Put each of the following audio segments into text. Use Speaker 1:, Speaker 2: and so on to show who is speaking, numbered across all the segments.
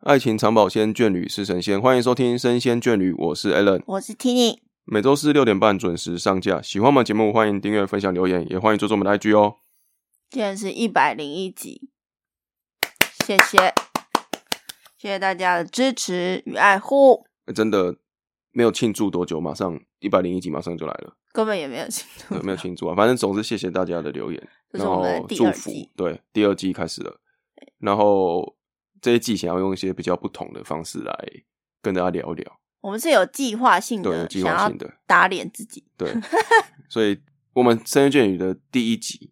Speaker 1: 爱情长保鲜，眷侣是神仙。欢迎收听《生鲜眷侣》，我是 Alan。
Speaker 2: 我是 Tini，
Speaker 1: 每周四六点半准时上架。喜欢我们节目，欢迎订阅、分享、留言，也欢迎追踪我们的 IG 哦。
Speaker 2: 今天是一百零一集，谢谢，谢谢大家的支持与爱护，
Speaker 1: 欸真的没有庆祝多久，马上一百零一集马上就来 了，
Speaker 2: 根本也没有庆祝
Speaker 1: 对，，没有庆祝啊。反正总是谢谢大家的留言，
Speaker 2: 这是
Speaker 1: 然
Speaker 2: 我们
Speaker 1: 后
Speaker 2: 的第
Speaker 1: 祝
Speaker 2: 二
Speaker 1: 福
Speaker 2: 季。
Speaker 1: 对，第二季开始了，然后这一季想要用一些比较不同的方式来跟大家聊一聊，
Speaker 2: 我们是有计划性
Speaker 1: 对，有
Speaker 2: 的，
Speaker 1: 计
Speaker 2: 想
Speaker 1: 划
Speaker 2: 要
Speaker 1: 性的。
Speaker 2: 打脸自己，
Speaker 1: 对，所以我们《深渊剑语》的第一集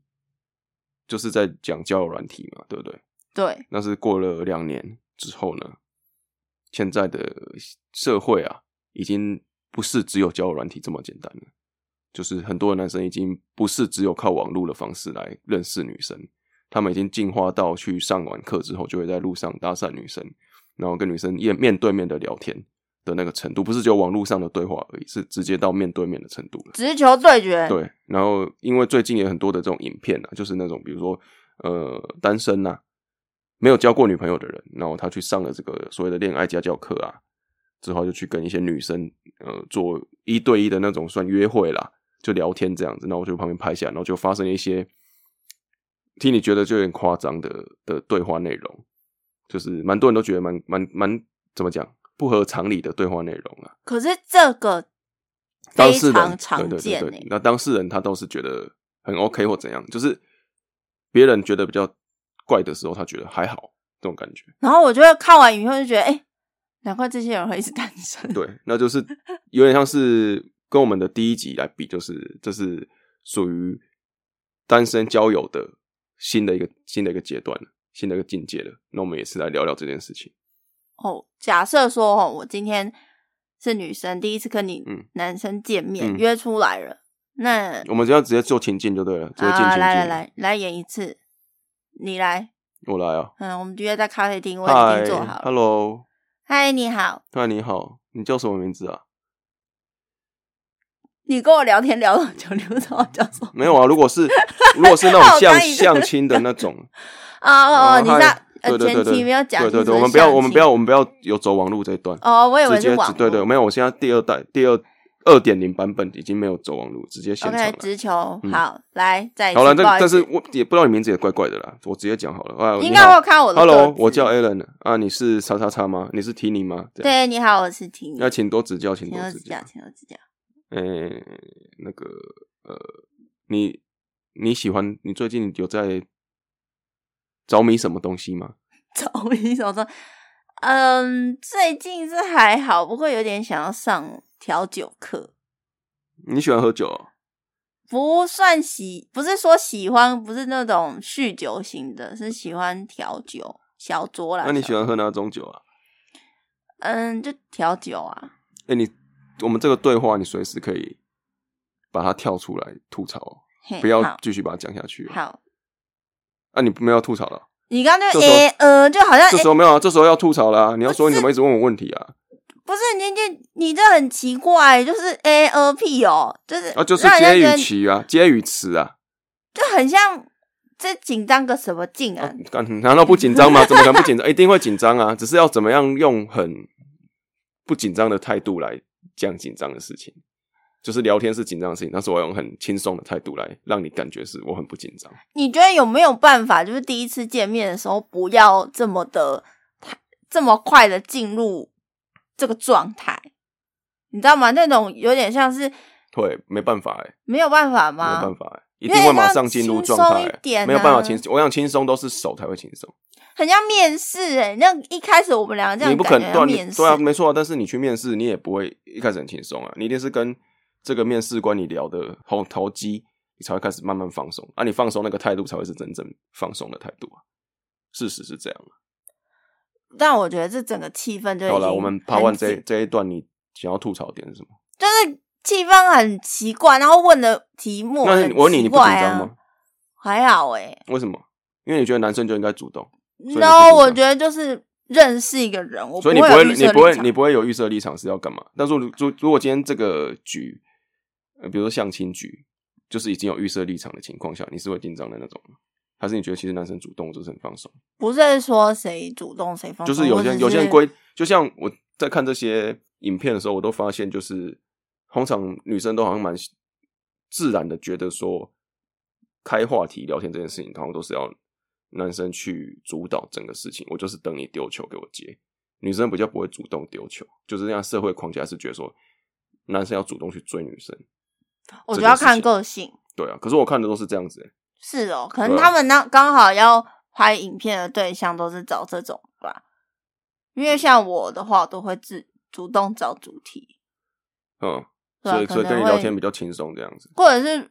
Speaker 1: 就是在讲交友软体嘛，对不对？
Speaker 2: 对，
Speaker 1: 那是过了两年之后呢，现在的社会啊，已经不是只有交友软体这么简单了，就是很多的男生已经不是只有靠网络的方式来认识女生，他们已经进化到去上完课之后，就会在路上搭讪女生，然后跟女生面面对面的聊天。的那个程度，不是只有网络上的对话而已，是直接到面对面的程度了。
Speaker 2: 直球对决，
Speaker 1: 对，然后因为最近也很多的这种影片啊，就是那种比如说呃单身呐、没有交过女朋友的人，然后他去上了这个所谓的恋爱家教课啊，之后就去跟一些女生呃做一对一的那种算约会啦，就聊天这样子，然后我就旁边拍下来，然后就发生了一些听你觉得就有点夸张的的对话内容，就是蛮多人都觉得蛮蛮蛮怎么讲不合常理的对话内容啊。
Speaker 2: 可是这个
Speaker 1: 当
Speaker 2: 非
Speaker 1: 事人
Speaker 2: 常常见
Speaker 1: 对对对对
Speaker 2: 欸，
Speaker 1: 那当事人他都是觉得很 OK 或怎样，就是别人觉得比较怪的时候，他觉得还好这种感觉。
Speaker 2: 然后我就会看完以后就觉得，哎，难怪这些人会一直单身，
Speaker 1: 对，那就是有点像是跟我们的第一集来比，就是这是属于单身交友的新的一个新的一个阶段，新的一个境界了。那我们也是来聊聊这件事情。
Speaker 2: 哦，假设说哦，我今天是女生，第一次跟你
Speaker 1: 嗯
Speaker 2: 男生见面、
Speaker 1: 嗯
Speaker 2: 约出来了，那
Speaker 1: 我们只要直接做情境就对了，直接进情
Speaker 2: 啊，
Speaker 1: 境。
Speaker 2: 来来，来来演一次，你来，
Speaker 1: 我来啊！
Speaker 2: 嗯，我们约在咖啡厅，我已
Speaker 1: 嗨
Speaker 2: 经做好了。
Speaker 1: ，Hello，
Speaker 2: 嗨，你好，
Speaker 1: 嗨，你好，你叫什么名字啊？
Speaker 2: 你跟我聊天聊了很久， 你不知道我叫什么
Speaker 1: 没有啊，如果 是如果是那种
Speaker 2: 好
Speaker 1: 相
Speaker 2: 尴尬
Speaker 1: 相亲的那种，
Speaker 2: 啊？ 哦哦，你知道
Speaker 1: 嗨，
Speaker 2: 呃，
Speaker 1: 对对
Speaker 2: 前
Speaker 1: 对
Speaker 2: 提
Speaker 1: 对，
Speaker 2: 没有讲，
Speaker 1: 对对
Speaker 2: 是
Speaker 1: 对，我们不要
Speaker 2: 相
Speaker 1: 我们不要
Speaker 2: 亲
Speaker 1: 我们不要有走网路这一段，
Speaker 2: 哦，我以为
Speaker 1: 直接
Speaker 2: 是网
Speaker 1: 直对对，
Speaker 2: 络
Speaker 1: 没有，我现在第二代第二二点零版本已经没有走网路，直接现场
Speaker 2: OK
Speaker 1: 了。
Speaker 2: 直球
Speaker 1: 嗯，
Speaker 2: 好，来再一次
Speaker 1: 好了，
Speaker 2: 不
Speaker 1: 这
Speaker 2: 好意
Speaker 1: 但
Speaker 2: 思
Speaker 1: 是我也不知道你名字也怪怪的啦，我直接讲好了。啊，你
Speaker 2: 应该会
Speaker 1: 好
Speaker 2: 有看我的个
Speaker 1: ，Hello，
Speaker 2: 子
Speaker 1: 我叫 Alan 啊，你是叉叉叉吗？你是 Tini 吗？这样，
Speaker 2: 对，你好，我是婷，
Speaker 1: 那请多指教，请
Speaker 2: 请
Speaker 1: 多
Speaker 2: 多
Speaker 1: 指
Speaker 2: 指
Speaker 1: 教
Speaker 2: 教，。请多指教。
Speaker 1: 诶，那个呃，你你喜欢你最近有在着迷什么东西吗？
Speaker 2: 找你手中，嗯，最近是还好，不过有点想要上调酒课。
Speaker 1: 你喜欢喝酒哦、
Speaker 2: 不算喜，不是说喜欢，不是那种酗酒型的，是喜欢调酒小酌啦。
Speaker 1: 那你
Speaker 2: 小
Speaker 1: 喜欢喝哪种酒啊？
Speaker 2: 嗯，就调酒啊。
Speaker 1: 哎、你我们这个对话，你随时可以把它跳出来吐槽哦，
Speaker 2: 嘿
Speaker 1: 不要
Speaker 2: 好
Speaker 1: 继续把它讲下去哦。
Speaker 2: 好，
Speaker 1: 啊，你没有要吐槽了，
Speaker 2: 你刚刚
Speaker 1: 这
Speaker 2: 就
Speaker 1: 时候
Speaker 2: 诶、呃，就好像
Speaker 1: 这
Speaker 2: 诶、
Speaker 1: 时候没有啊，这时候要吐槽啦、你要说你怎么一直问我问题啊？
Speaker 2: 不是你你你这很奇怪，就是诶、呃屁哦，就是
Speaker 1: 啊，就是
Speaker 2: 让
Speaker 1: 接
Speaker 2: 人
Speaker 1: 语
Speaker 2: 家觉得
Speaker 1: 词啊，接语词啊。
Speaker 2: 就很像这紧张个什么劲啊？
Speaker 1: 啊干难道不紧张吗？怎么可能不紧张？一 定会紧张啊，只是要怎么样用很不紧张的态度来讲紧张的事情。就是聊天是紧张的事情，但是我要用很轻松的态度来让你感觉是我很不紧张。
Speaker 2: 你觉得有没有办法，就是第一次见面的时候不要这么的太这么快的进入这个状态？你知道吗？那种有点像是
Speaker 1: 对，没办法哎、
Speaker 2: 没有办法
Speaker 1: 没有
Speaker 2: 吗？
Speaker 1: 办法、欸，一
Speaker 2: 因
Speaker 1: 定
Speaker 2: 为
Speaker 1: 会马上进入状态
Speaker 2: 要轻松
Speaker 1: 欸
Speaker 2: 一、点啊
Speaker 1: 没有办法轻松。我想轻松都是手才会轻松，
Speaker 2: 很像面试哎、那一开始我们两个这
Speaker 1: 你
Speaker 2: 样
Speaker 1: 不可
Speaker 2: 感
Speaker 1: 能对
Speaker 2: 觉
Speaker 1: 啊
Speaker 2: 像
Speaker 1: 你
Speaker 2: 面试，
Speaker 1: 对啊，没错啊。但是你去面试，你也不会一开始很轻松啊，你一定是跟这个面试官你聊的好投机，你才会开始慢慢放松啊。你放松那个态度才会是真正放松的态度啊。事实是这样啊。
Speaker 2: 但我觉得这整个气氛就已
Speaker 1: 好
Speaker 2: 经
Speaker 1: 了，我们
Speaker 2: 很
Speaker 1: 爬完这
Speaker 2: 紧
Speaker 1: 这一段，你想要吐槽点是什么？
Speaker 2: 就是气氛很奇怪，然后问的题目
Speaker 1: 那
Speaker 2: 很
Speaker 1: 我问你，你
Speaker 2: 奇
Speaker 1: 不紧
Speaker 2: 怪啊
Speaker 1: 张吗？？
Speaker 2: 还好哎、
Speaker 1: 为什么？因为你觉得男生就应该主动，你不
Speaker 2: 然后
Speaker 1: 紧
Speaker 2: 我
Speaker 1: 张
Speaker 2: 觉得就是认识一个人，我
Speaker 1: 所以
Speaker 2: 不
Speaker 1: 你不
Speaker 2: 有
Speaker 1: 会，
Speaker 2: 预
Speaker 1: 你
Speaker 2: 设
Speaker 1: 不会
Speaker 2: 立，场
Speaker 1: 你不会有预设立场是要干嘛？但是如如如果今天这个局，呃，比如说相亲局，就是已经有预设立场的情况下，你是会紧张的那种吗？还是你觉得其实男生主动就是很放手？
Speaker 2: 不是说谁主动谁放手，
Speaker 1: 就是有些
Speaker 2: 我只
Speaker 1: 有些人规，就像我在看这些影片的时候，我都发现，就是通常女生都好像蛮自然的觉得说，开话题聊天这件事情，好像都是要男生去主导整个事情，我就是等你丢球给我接。女生比较不会主动丢球，就是那样社会框架是觉得说，男生要主动去追女生，
Speaker 2: 我觉得要看
Speaker 1: 这件
Speaker 2: 个性。
Speaker 1: 对啊。可是我看的都是这样子欸、
Speaker 2: 是哦，可能
Speaker 1: 对啊
Speaker 2: 他们那刚好要拍影片的对象都是找这种吧，因
Speaker 1: 嗯
Speaker 2: 为像我的话，我都会自主动找主题，
Speaker 1: 嗯，
Speaker 2: 对吧、
Speaker 1: 所以
Speaker 2: 可
Speaker 1: 所以
Speaker 2: 能
Speaker 1: 跟你聊
Speaker 2: 会
Speaker 1: 天比较轻松这样子。
Speaker 2: 或者是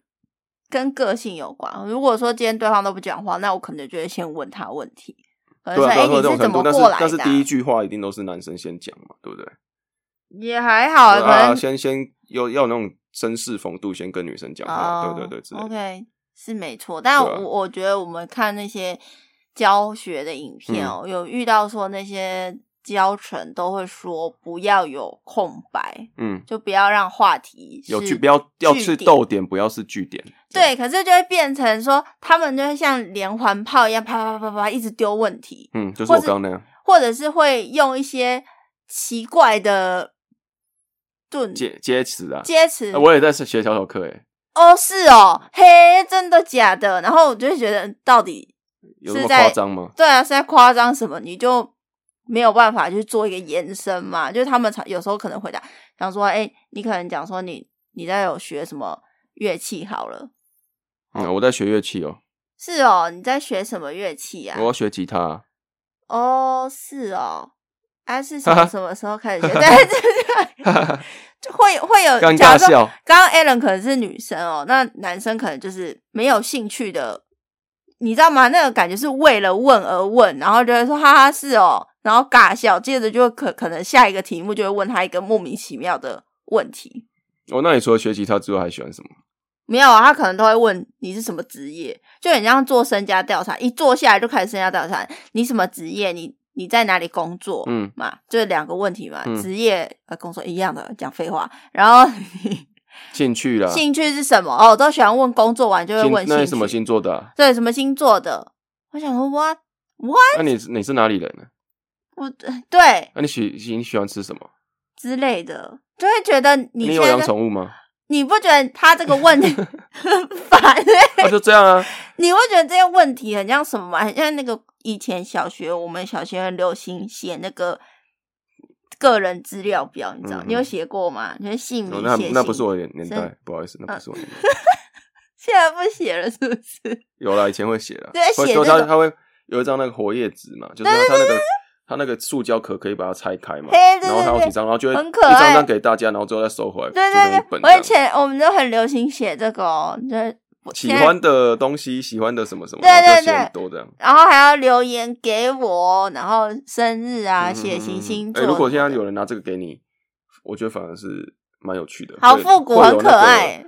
Speaker 2: 跟个性有关。如果说今天对方都不讲话，那我可能就会先问他问题，可能
Speaker 1: 对
Speaker 2: 说：“
Speaker 1: 啊，
Speaker 2: 哎、
Speaker 1: 对啊，
Speaker 2: 你
Speaker 1: 这种
Speaker 2: 怎
Speaker 1: 程度，
Speaker 2: 么
Speaker 1: 但是
Speaker 2: 过来的啊、
Speaker 1: 但是第一句话一定都是男生先讲嘛，对不对？
Speaker 2: 也还好，可能、
Speaker 1: 啊，先先要要有那种绅士风度，先跟女生讲话，
Speaker 2: 哦、
Speaker 1: 对对对，之类的
Speaker 2: OK，是没错，但我、
Speaker 1: 对啊
Speaker 2: 我觉得我们看那些教学的影
Speaker 1: 嗯
Speaker 2: 片哦，有遇到说那些教程都会说不要有空白，
Speaker 1: 嗯，
Speaker 2: 就不要让话题
Speaker 1: 有
Speaker 2: 是
Speaker 1: 句不要要
Speaker 2: 据
Speaker 1: 是
Speaker 2: 点
Speaker 1: 逗点，不要是句点。这样，
Speaker 2: 对，可是就会变成说他们就会像连环炮一样啪啪啪啪啪一直丢问题，
Speaker 1: 嗯，就是
Speaker 2: 或
Speaker 1: 我
Speaker 2: 是
Speaker 1: 刚刚那样
Speaker 2: 或者是会用一些奇怪的顿
Speaker 1: 接接词啊。
Speaker 2: 接词
Speaker 1: 呃，我也在学小小课欸诶，
Speaker 2: 哦，是哦，嘿，真的假的？然后我就会觉得嗯到底
Speaker 1: 有
Speaker 2: 是
Speaker 1: 那么
Speaker 2: 在
Speaker 1: 夸张吗？
Speaker 2: 对啊，是在夸张什么？你就没有办法去做一个延伸嘛？就是他们常有时候可能回答，想说，哎、你可能讲说你你在有学什么乐器好了，
Speaker 1: 嗯，我在学乐器哦，
Speaker 2: 是哦，你在学什么乐器啊
Speaker 1: 我？要学吉他啊。
Speaker 2: 哦，是哦，啊，是 什么什么时候开始学？ 对对对，就会会有
Speaker 1: 尴
Speaker 2: 假
Speaker 1: 尬
Speaker 2: 如说
Speaker 1: 笑
Speaker 2: 刚刚 Alan 可能是女生哦，那男生可能就是没有兴趣的，你知道吗？那个感觉是为了问而问，然后就会说哈哈是哦，然后尬笑，接着就可可能下一个题目就会问他一个莫名其妙的问题。
Speaker 1: 哦，那你除了学吉他之外，还喜欢什么？
Speaker 2: 没有啊，他可能都会问你是什么职业，就很像做身家调查，一坐下来就开始身家调查，你什么职业？你你在哪里工作？
Speaker 1: 嗯，
Speaker 2: 嘛，就是两个问题嘛，
Speaker 1: 嗯
Speaker 2: 职业呃工作一样的，讲废话。然后
Speaker 1: 兴趣啦，
Speaker 2: 兴趣是什么？哦，我都喜欢问工作完就会
Speaker 1: 星
Speaker 2: 问
Speaker 1: 啊那
Speaker 2: 兴
Speaker 1: 你
Speaker 2: 趣，
Speaker 1: 什么星座的啊？
Speaker 2: 对什么星座的？我想说哇，
Speaker 1: 那你你是哪里人呢？
Speaker 2: 我对
Speaker 1: 那你喜你喜欢吃什么？
Speaker 2: 之类的，就会觉得你
Speaker 1: 你
Speaker 2: 现
Speaker 1: 有
Speaker 2: 在
Speaker 1: 养
Speaker 2: 在
Speaker 1: 宠物 吗？
Speaker 2: 你不觉得他这个问 题很烦、欸
Speaker 1: 那就这样啊。
Speaker 2: 你会觉得这些问题很像什么吗？很像那个以前小学我们小学很流行写那个个人资料表，你知道？
Speaker 1: 嗯
Speaker 2: 你有写过吗？你的姓名
Speaker 1: 哦
Speaker 2: 写、嗯
Speaker 1: 那
Speaker 2: 姓
Speaker 1: 那不是我的年
Speaker 2: 真
Speaker 1: 代，不好意思，那不是我的年代。
Speaker 2: 现在不写了，是不是？
Speaker 1: 有啦，以前会写啦，
Speaker 2: 对
Speaker 1: 会
Speaker 2: 写
Speaker 1: 说
Speaker 2: 那
Speaker 1: 他
Speaker 2: 种
Speaker 1: 他会有一张那个活页纸嘛，就是它那个它那个塑胶壳可以把它拆开嘛，
Speaker 2: 嘿对
Speaker 1: 然后它
Speaker 2: 对
Speaker 1: 有
Speaker 2: 对
Speaker 1: 几张，然后就会
Speaker 2: 很
Speaker 1: 一
Speaker 2: 可爱
Speaker 1: 张张给大家，然后最后再收回来，
Speaker 2: 对
Speaker 1: 组成
Speaker 2: 对
Speaker 1: 一
Speaker 2: 对
Speaker 1: 本，这
Speaker 2: 我以
Speaker 1: 样。
Speaker 2: 前我们都很流行写这个哦，就是我
Speaker 1: 喜
Speaker 2: 现在
Speaker 1: 欢的东西，喜欢的什么什么，
Speaker 2: 对
Speaker 1: 然后就
Speaker 2: 对
Speaker 1: 写很
Speaker 2: 对
Speaker 1: 多这样。
Speaker 2: 然后还要留言给我，然后生日啊，
Speaker 1: 嗯
Speaker 2: 写行星
Speaker 1: 哎
Speaker 2: 座。
Speaker 1: 如果现在有人拿这个给你，我觉得反而是蛮有趣的，
Speaker 2: 好
Speaker 1: 会
Speaker 2: 复古，
Speaker 1: 会有
Speaker 2: 很可
Speaker 1: 那个
Speaker 2: 爱，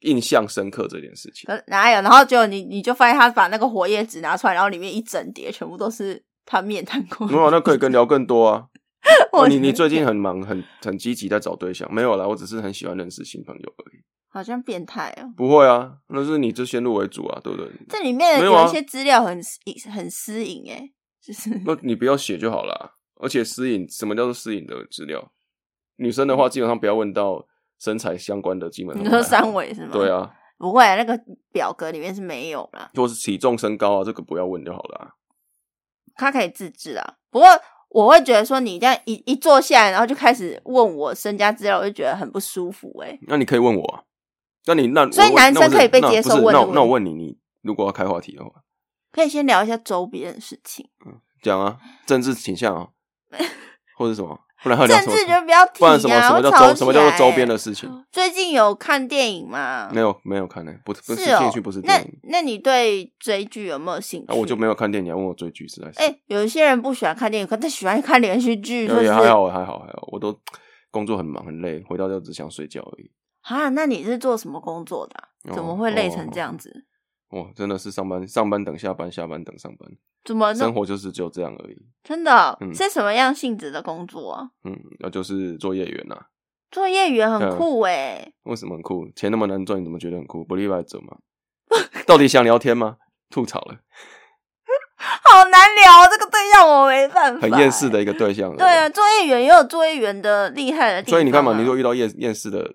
Speaker 1: 印象深刻这件事情。
Speaker 2: 可哪有？然后结果你你就发现他把那个活页纸拿出来，然后里面一整叠全部都是他面谈过的。
Speaker 1: 没有，啊那可以跟聊更多啊。
Speaker 2: 我
Speaker 1: 哦你你最近很忙，很很积极在找对象，没有啦，我只是很喜欢认识新朋友而已。
Speaker 2: 好像变态哦。
Speaker 1: 不会啊，那是你就先入为主啊，对不对？
Speaker 2: 这里面
Speaker 1: 没有啊
Speaker 2: 有一些资料很私很私隐哎，就是
Speaker 1: 那你不要写就好啦。而且私隐，什么叫做私隐的资料？女生的话，基本上不要问到身材相关的，基本上
Speaker 2: 你说
Speaker 1: 还好
Speaker 2: 三围是吗？
Speaker 1: 啊对，啊，
Speaker 2: 不会啊，那个表格里面是没有啦。
Speaker 1: 或是体重、身高啊，这个不要问就好了、啊。
Speaker 2: 他可以自制啊。不过我会觉得说，你这样一一坐下来，然后就开始问我身家资料，我就觉得很不舒服哎、
Speaker 1: 那你可以问我啊。那你那我
Speaker 2: 所以
Speaker 1: 问
Speaker 2: 男
Speaker 1: 那我
Speaker 2: 生
Speaker 1: 是
Speaker 2: 可以被
Speaker 1: 那
Speaker 2: 接受
Speaker 1: 不是
Speaker 2: 问
Speaker 1: 那
Speaker 2: 的
Speaker 1: 我
Speaker 2: 问
Speaker 1: 那我问你，你如果要开话题的话，
Speaker 2: 可以先聊一下周边的事情，
Speaker 1: 讲啊，政治倾向 啊，或者什么，不然还有聊
Speaker 2: 政
Speaker 1: 什么
Speaker 2: 治就不要提
Speaker 1: 不然什么
Speaker 2: 啊，
Speaker 1: 什么
Speaker 2: 会
Speaker 1: 叫
Speaker 2: 吵
Speaker 1: 周什么叫做
Speaker 2: 起来欸
Speaker 1: 周边的？事情？
Speaker 2: 最近有看电影吗？
Speaker 1: 没有没有看呢、不不是
Speaker 2: 是哦
Speaker 1: 兴趣，不是
Speaker 2: 那
Speaker 1: 电影。
Speaker 2: 那你对追剧有没有兴趣？
Speaker 1: 啊，我就没有看电影，你还问我追剧实在是。
Speaker 2: 哎、有一些人不喜欢看电影，可他喜欢看连续剧，
Speaker 1: 对
Speaker 2: 说是
Speaker 1: 也还好，还好，还好，我都工作很忙很累，回到家只想睡觉而已。
Speaker 2: 啊，那你是做什么工作的啊、
Speaker 1: 哦
Speaker 2: 怎么会累成这样子？
Speaker 1: 哇，真的是上班上班等下班，下班等上班，
Speaker 2: 怎么
Speaker 1: 生
Speaker 2: 哦那
Speaker 1: 活就是只有这样而已。
Speaker 2: 真的、哦
Speaker 1: 嗯
Speaker 2: 是什么样性质的工作啊？
Speaker 1: 嗯，那就是做业员呐、
Speaker 2: 作业员很
Speaker 1: 嗯
Speaker 2: 酷哎、
Speaker 1: 为什么很酷？钱那么难赚，你怎么觉得很酷？不例外者嘛。到底想聊天吗？吐槽了，
Speaker 2: 好难聊这个对象，我没办法，欸
Speaker 1: 很厌世。的一个对象。
Speaker 2: 对啊，作业员也有作业员的厉害的地方、啊，
Speaker 1: 所以你看嘛，你如果遇到厌厌世的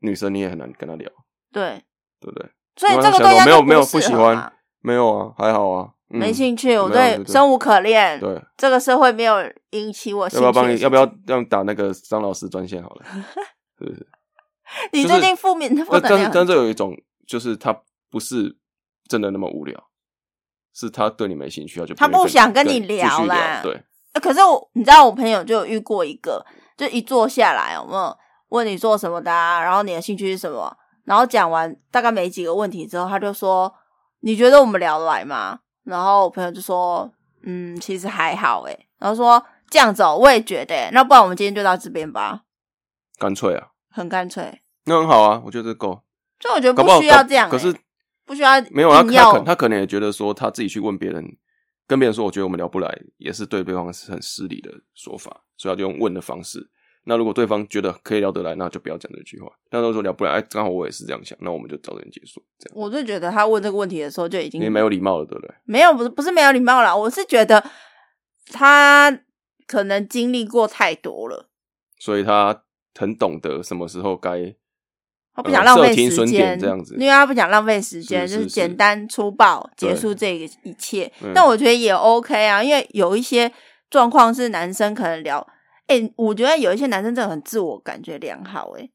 Speaker 1: 女生，你也很难跟她聊，
Speaker 2: 对，
Speaker 1: 对不对？
Speaker 2: 所以
Speaker 1: 你
Speaker 2: 这
Speaker 1: 看
Speaker 2: 个
Speaker 1: 她
Speaker 2: 对
Speaker 1: 想说
Speaker 2: 象
Speaker 1: 没有
Speaker 2: 就
Speaker 1: 没有
Speaker 2: 不
Speaker 1: 不
Speaker 2: 适
Speaker 1: 喜
Speaker 2: 合
Speaker 1: 欢
Speaker 2: 嘛，，
Speaker 1: 没有啊，还好啊，嗯
Speaker 2: 没兴趣，我
Speaker 1: 没有
Speaker 2: 对
Speaker 1: 对对
Speaker 2: 生无可恋，
Speaker 1: 对。
Speaker 2: 这个社会没有引起我啊兴
Speaker 1: 要
Speaker 2: 趣。
Speaker 1: 不要帮你？要不要？让打那个张老师专线 好了？是不是？
Speaker 2: 你
Speaker 1: 就
Speaker 2: 最
Speaker 1: 是
Speaker 2: 近负面负
Speaker 1: 但
Speaker 2: 能
Speaker 1: 但是
Speaker 2: 量
Speaker 1: 但
Speaker 2: 很，
Speaker 1: 这有一种，就是他不是真的那么无聊，是他对你没兴趣，他就
Speaker 2: 他
Speaker 1: 不
Speaker 2: 不
Speaker 1: 愿意
Speaker 2: 想跟你
Speaker 1: 对继续
Speaker 2: 聊
Speaker 1: 聊
Speaker 2: 啦
Speaker 1: 对，
Speaker 2: 呃可是我你知道，我朋友就有遇过一个，就一坐下来，有没有问你做什么的、啊，然后你的兴趣是什么，然后讲完大概没几个问题之后，他就说：“你觉得我们聊得来吗？”然后我朋友就说：“嗯，其实还好诶、然后说：“这样子、哦，我也觉得、欸，那不然我们今天就到这边吧，
Speaker 1: 干脆啊，
Speaker 2: 很干脆。
Speaker 1: 那很好啊，我觉得这够。”
Speaker 2: 就我觉得
Speaker 1: 搞不好
Speaker 2: 需要
Speaker 1: 搞
Speaker 2: 这样欸、
Speaker 1: 可是
Speaker 2: 不需要
Speaker 1: 没有啊他，
Speaker 2: 硬
Speaker 1: 他
Speaker 2: 要
Speaker 1: 可他可能也觉得说他自己去问别人，跟别人说我觉得我们聊不来，也是对对方是很失礼的说法，所以他就用问的方式。那如果对方觉得可以聊得来，那就不要讲这句话。但如果说聊不来，哎，刚好我也是这样想，那我们就早点结束，这样
Speaker 2: 我就觉得他问这个问题的时候就已经
Speaker 1: 你也没有礼貌了，对不对？
Speaker 2: 没有，不是不是没有礼貌啦，我是觉得他可能经历过太多了，
Speaker 1: 所以他很懂得什么时候该
Speaker 2: 他不想浪
Speaker 1: 呃
Speaker 2: 费
Speaker 1: 设停
Speaker 2: 时
Speaker 1: 损
Speaker 2: 间，
Speaker 1: 点这样子
Speaker 2: 因为他不想浪费时间，
Speaker 1: 是是
Speaker 2: 就是简
Speaker 1: 是
Speaker 2: 单粗暴结
Speaker 1: 对
Speaker 2: 束这个一切
Speaker 1: 嗯。
Speaker 2: 但我觉得也 OK 啊，因为有一些状况是男生可能聊，哎、我觉得有一些男生真的很自我感觉良好、欸，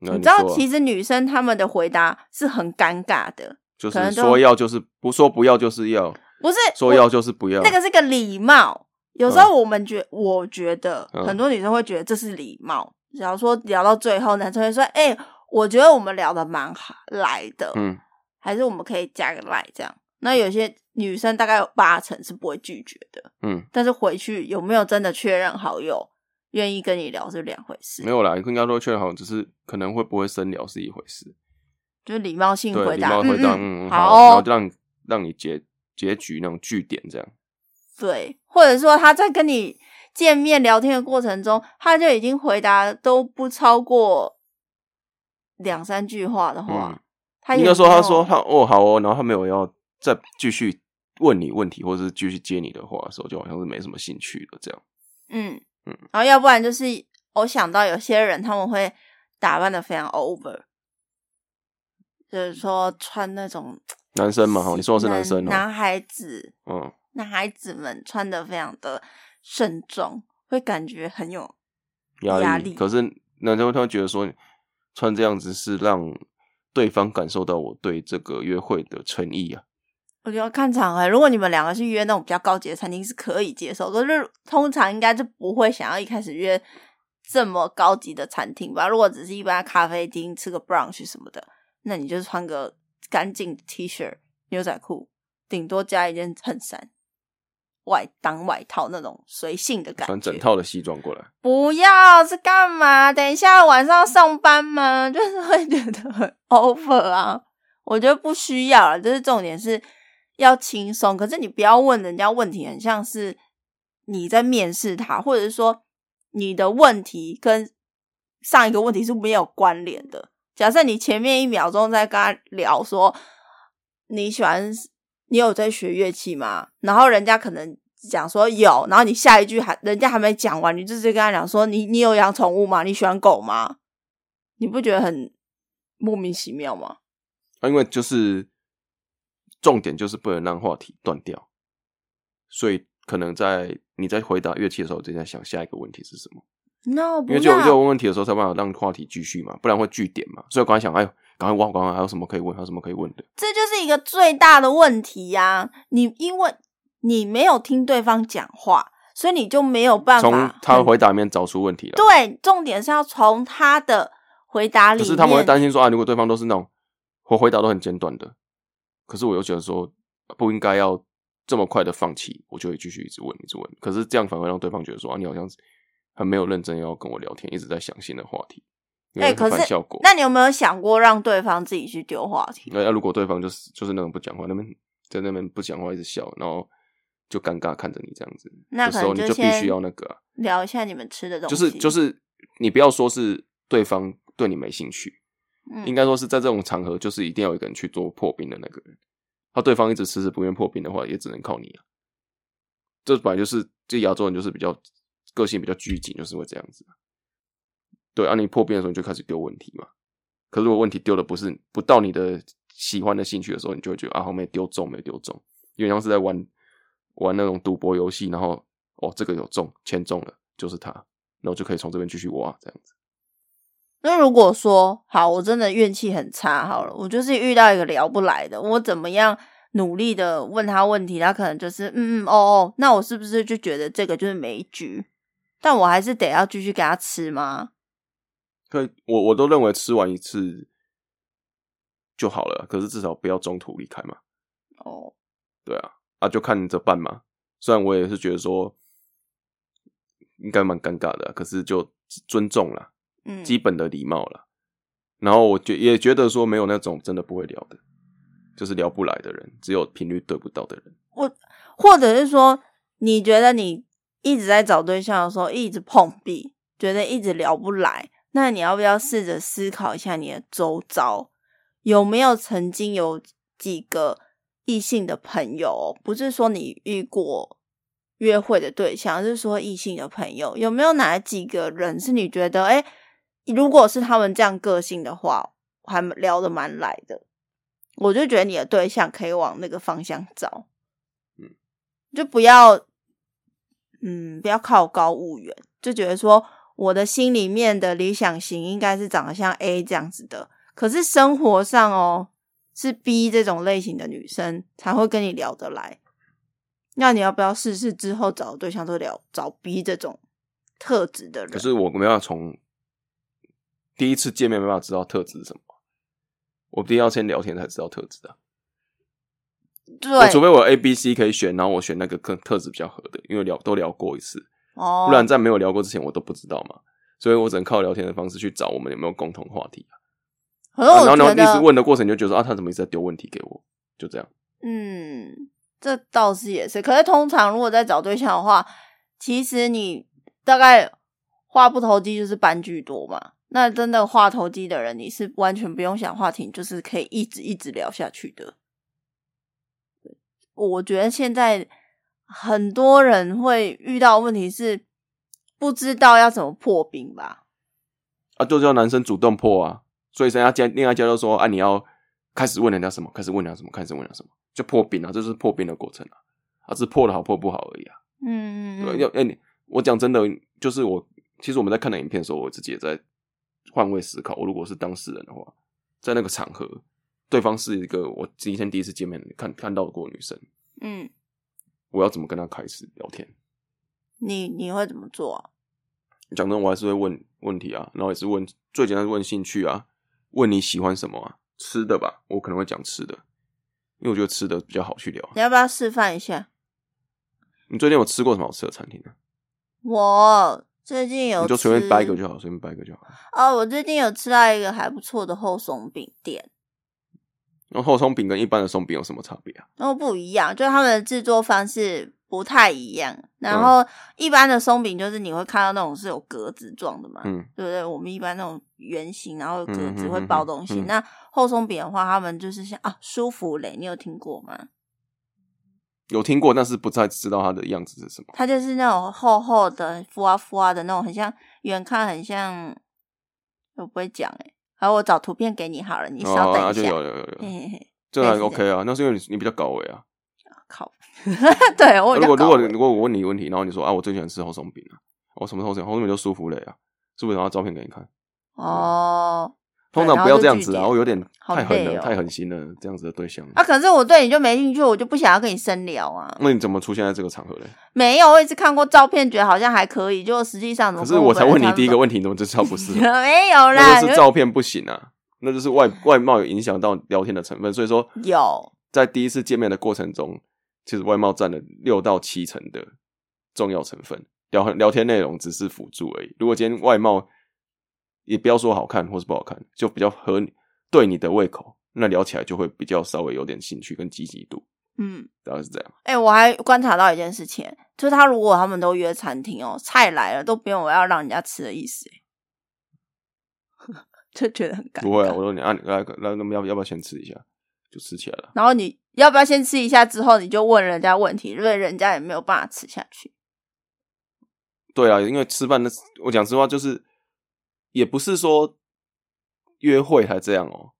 Speaker 1: 那
Speaker 2: 你知道
Speaker 1: 说啊
Speaker 2: 其实女生她们的回答是很尴尬的，
Speaker 1: 就
Speaker 2: 可
Speaker 1: 是
Speaker 2: 能就
Speaker 1: 说要就是不说不要就是要，
Speaker 2: 不是
Speaker 1: 说
Speaker 2: 我
Speaker 1: 要就是不要，
Speaker 2: 那个是个礼貌。有时候我们觉，我觉得
Speaker 1: 嗯
Speaker 2: 很多女生会觉得这是礼貌。假如说聊到最后，男生会说：“哎、我觉得我们聊的蛮好来的，
Speaker 1: 嗯，
Speaker 2: 还是我们可以加个来这样。”那有些女生大概有八成是不会拒绝的，
Speaker 1: 嗯，
Speaker 2: 但是回去有没有真的确认好友愿意跟你聊是两回事
Speaker 1: 没，有啦，应该说确好，只是可能会不会深聊是一回事，
Speaker 2: 就是礼貌性
Speaker 1: 对，
Speaker 2: 回
Speaker 1: 礼
Speaker 2: 答，
Speaker 1: 貌回答，嗯，
Speaker 2: 嗯嗯，
Speaker 1: 嗯好，然
Speaker 2: 哦
Speaker 1: 后就让让你结结局那种据点这样，
Speaker 2: 对，或者说他在跟你见面聊天的过程中，他就已经回答都不超过两三句话的话，
Speaker 1: 嗯
Speaker 2: 他也
Speaker 1: 应该说
Speaker 2: 没有
Speaker 1: 他说他哦好哦，然后他没有要再继续问你问题，或者是继续接你的话的时候，就好像是没什么兴趣了这样，
Speaker 2: 嗯
Speaker 1: 嗯
Speaker 2: 然后要不然就是我想到有些人他们会打扮的非常 over，就是说穿那种
Speaker 1: 男生嘛哈，你说的是
Speaker 2: 男
Speaker 1: 男生哦，
Speaker 2: 男孩子
Speaker 1: 嗯，
Speaker 2: 男孩子们穿的非常的慎重，会感觉很有
Speaker 1: 压
Speaker 2: 压力
Speaker 1: 可是男生他会觉得说穿这样子是让对方感受到我对这个约会的诚意啊。
Speaker 2: 我觉得看场合、如果你们两个去约那种比较高级的餐厅是可以接受，可是通常应该就不会想要一开始约这么高级的餐厅吧。如果只是一般咖啡厅吃个 brunch 什么的，那你就穿个干净 T 恤、牛仔裤，顶多加一件衬衫、外当外套那种随性的感
Speaker 1: 穿
Speaker 2: 觉
Speaker 1: 整。套的西装过来，
Speaker 2: 不要是干嘛？等一下晚上要上班吗？ 就是会觉得很 over 啊，我觉得不需要了。就是重点是要轻松，可是你不要问人家问题，很像是你在面试他，或者是说你的问题跟上一个问题是没有关联的。假设你前面一秒钟在跟他聊说你喜欢，你有在学乐器吗？然后人家可能讲说有，然后你下一句还人家还没讲完，你就直接跟他讲说你你有养宠物吗？你喜欢狗吗？你不觉得很莫名其妙吗？
Speaker 1: 啊，因为就是重点就是不能让话题断掉，所以可能在你在回答乐器的时候，正在想下一个问题是什么，
Speaker 2: no, 不
Speaker 1: 因为就
Speaker 2: 要，
Speaker 1: 就问问题的时候才有办法让话题继续嘛，不然会据点嘛。所以我刚才想，哎呦，赶快挖，赶快还有什么可以问，还有什么可以问的，
Speaker 2: 这就是一个最大的问题呀、你因为你没有听对方讲话，所以你就没有办法
Speaker 1: 从他
Speaker 2: 很
Speaker 1: 回答里面找出问题来。
Speaker 2: 对，重点是要从他的回答里
Speaker 1: 可
Speaker 2: 面。
Speaker 1: 是他们会担心说啊，如果对方都是那种我回答都很简短的，可是我又觉得说不应该要这么快的放弃，我就会继续一直问，一直问。可是这样反而让对方觉得说啊，你好像是很没有认真要跟我聊天，一直在想新的话题，因为
Speaker 2: 哎可
Speaker 1: 会
Speaker 2: 是
Speaker 1: 反效果。
Speaker 2: 那你有没有想过让对方自己去丢话题？
Speaker 1: 那、那如果对方就是就是那种不讲话，那边在那边不讲话，一直笑，然后就尴尬看着你这样子，
Speaker 2: 那
Speaker 1: 这
Speaker 2: 可
Speaker 1: 时候
Speaker 2: 能
Speaker 1: 你必
Speaker 2: 先
Speaker 1: 须要那个啊、
Speaker 2: 聊一下你们吃的东
Speaker 1: 就
Speaker 2: 西，
Speaker 1: 是就是你不要说是对方对你没兴趣，
Speaker 2: 嗯
Speaker 1: 应该说是在这种场合，就是一定要有一个人去做破冰的那个人，他对方一直迟迟不愿破冰的话，也只能靠你啊。这本来就是这亚洲人就是比较个性比较拘谨，就是会这样子。啊对啊，你破冰的时候你就开始丢问题嘛。可是如果问题丢的不是不到你的喜欢的兴趣的时候，你就会觉得啊，后面丢中没丢中，因为像是在玩玩那种赌博游戏，然后哦这个有中，钱中了就是它，那我就可以从这边继续挖这样子。
Speaker 2: 那如果说好，我真的运气很差，好了，我就是遇到一个聊不来的，我怎么样努力的问他问题，他可能就是嗯嗯哦哦，那我是不是就觉得这个就是没局？但我还是得要继续给他吃吗？
Speaker 1: 可以我我都认为吃完一次就好了，可是至少不要中途离开嘛。
Speaker 2: 哦，
Speaker 1: 对啊，啊就看着办嘛。虽然我也是觉得说应该蛮尴尬的啊，可是就尊重啦，
Speaker 2: 嗯，
Speaker 1: 基本的礼貌啦。然后我觉也觉得说没有那种真的不会聊的，就是聊不来的人，只有频率对不到的人。
Speaker 2: 或者是说，你觉得你一直在找对象的时候一直碰壁，觉得一直聊不来，那你要不要试着思考一下你的周遭有没有曾经有几个异性的朋友哦？不是说你遇过约会的对象，而是说异性的朋友有没有哪几个人是你觉得，哎，如果是他们这样个性的话，还聊得蛮来的。我就觉得你的对象可以往那个方向找。
Speaker 1: 嗯
Speaker 2: 就不要，嗯，不要靠高骛远，就觉得说我的心里面的理想型应该是长得像 A 这样子的，可是生活上哦是 B 这种类型的女生才会跟你聊得来。那你要不要试试之后找的对象都聊找 B 这种特质的人？
Speaker 1: 可是我没办法从第一次见面没办法知道特质是什么，我一定要先聊天才知道特质啊。我
Speaker 2: 对，
Speaker 1: 除非我 A、B、C 可以选，然后我选那个特特质比较合的，因为聊都聊过一次。
Speaker 2: 哦，
Speaker 1: 不然在没有聊过之前我都不知道嘛，所以我只能靠聊天的方式去找我们有没有共同话题、啊
Speaker 2: 可是我
Speaker 1: 然后
Speaker 2: 觉
Speaker 1: 然后
Speaker 2: 得
Speaker 1: 一直问的过程，你就觉得说啊，他怎么一直在丢问题给我？就这样，
Speaker 2: 嗯，这倒是也是。可是通常如果在找对象的话，其实你大概话不投机就是班居多嘛。那真的话投机的人，你是完全不用想话题，你就是可以一直一直聊下去的。我觉得现在很多人会遇到的问题是不知道要怎么破冰吧？
Speaker 1: 啊，就叫男生主动破啊。所以人家家恋爱教就说啊，你要开始问人家什么，开始问人家什么，开始问人家什么，就破冰啊，这就是破冰的过程啊，啊，只是破的好破不好而已啊。
Speaker 2: 嗯，
Speaker 1: 对，要哎、你我讲真的，就是我其实我们在看那影片的时候，我自己也在换位思考。我如果是当事人的话，在那个场合，对方是一个我今天第一次见面看看到过的女生，
Speaker 2: 嗯，
Speaker 1: 我要怎么跟她开始聊天？
Speaker 2: 你你会怎么做、啊？
Speaker 1: 讲真，我还是会问问题啊，然后也是问最简单的问兴趣啊，问你喜欢什么啊，吃的吧，我可能会讲吃的，因为我觉得吃的比较好去聊啊。
Speaker 2: 你要不要示范一下？
Speaker 1: 你最近有吃过什么好吃的餐厅呢、
Speaker 2: 我最近有
Speaker 1: 你就随便
Speaker 2: 吃
Speaker 1: 掰一个就好，随便掰一个就好。
Speaker 2: 哦，我最近有吃到一个还不错的厚松饼店，
Speaker 1: 然后松饼跟一般的松饼有什么差别啊？
Speaker 2: 然后不一样，就是他们的制作方式不太一样。
Speaker 1: 嗯
Speaker 2: 然后一般的松饼就是你会看到那种是有格子状的嘛，
Speaker 1: 嗯，
Speaker 2: 对不对？我们一般那种圆形，然后有格
Speaker 1: 嗯
Speaker 2: 子
Speaker 1: 嗯
Speaker 2: 会
Speaker 1: 嗯
Speaker 2: 包
Speaker 1: 嗯
Speaker 2: 东西。
Speaker 1: 嗯
Speaker 2: 那厚松饼的话，他们就是像啊舒芙蕾，你有听过吗？
Speaker 1: 有听过，但是不太知道它的样子是什么。
Speaker 2: 它就是那种厚厚的、浮啊浮啊的那种，很像远看很像，我不会讲哎、好，我找图片给你好了，你稍
Speaker 1: 哦
Speaker 2: 等
Speaker 1: 啊
Speaker 2: 一
Speaker 1: 就
Speaker 2: 下。
Speaker 1: 有有有
Speaker 2: 嘿
Speaker 1: 有，
Speaker 2: 嘿嘿，
Speaker 1: 这还
Speaker 2: 类似这
Speaker 1: OK 啊。那是因为你你比较高维啊。
Speaker 2: 靠， 对我
Speaker 1: 如
Speaker 2: 比较
Speaker 1: 果如
Speaker 2: 哦高
Speaker 1: 果
Speaker 2: 位
Speaker 1: 如果我问你问题，然后你说啊，我最喜欢吃红松饼啊，我什么红松饼？红松饼就舒芙蕾啊，是不是？然后照片给你看。
Speaker 2: 哦，
Speaker 1: 通
Speaker 2: 对然
Speaker 1: 常
Speaker 2: 后
Speaker 1: 不要
Speaker 2: 就
Speaker 1: 这样
Speaker 2: 据
Speaker 1: 子啊，
Speaker 2: 点
Speaker 1: 我有点
Speaker 2: 好
Speaker 1: 太狠
Speaker 2: 累
Speaker 1: 了，
Speaker 2: 哦
Speaker 1: 太狠心了，这样子的对象。
Speaker 2: 啊，可是我对你就没兴趣，我就不想要跟你深聊啊。
Speaker 1: 那你怎么出现在这个场合嘞？
Speaker 2: 没有，我也是看过照片，觉得好像还可以，就实际上怎
Speaker 1: 可
Speaker 2: 么
Speaker 1: 是
Speaker 2: 跟
Speaker 1: 我
Speaker 2: 我
Speaker 1: 才问你第一个
Speaker 2: 问
Speaker 1: 问题，你怎么就知道不是
Speaker 2: 题，？没有
Speaker 1: 那，
Speaker 2: 啦
Speaker 1: 就是照片不行啊，那就是外外貌有影响到聊天的成分，所以说
Speaker 2: 有
Speaker 1: 在第一次见面的过程中，其实外貌占了六到七成的重要成分，聊聊天内容只是辅助而已。如果今天外貌也不要说好看或是不好看，就比较合你对你的胃口，那聊起来就会比较稍微有点兴趣跟积极度，
Speaker 2: 嗯，
Speaker 1: 大概是这样。
Speaker 2: 哎、我还观察到一件事情，就是他如果他们都约餐厅哦，菜来了都不用我要让人家吃的意思，哎 就觉得很尴尬。
Speaker 1: 啊不会啊，我说你啊，你来来，那么要不要不要先吃一下？就吃起来了。
Speaker 2: 然后你要不要先吃一下之后你就问人家问题，因为人家也没有办法吃下去。
Speaker 1: 对啊，因为吃饭的，我讲实话就是，也不是说约会才这样哦。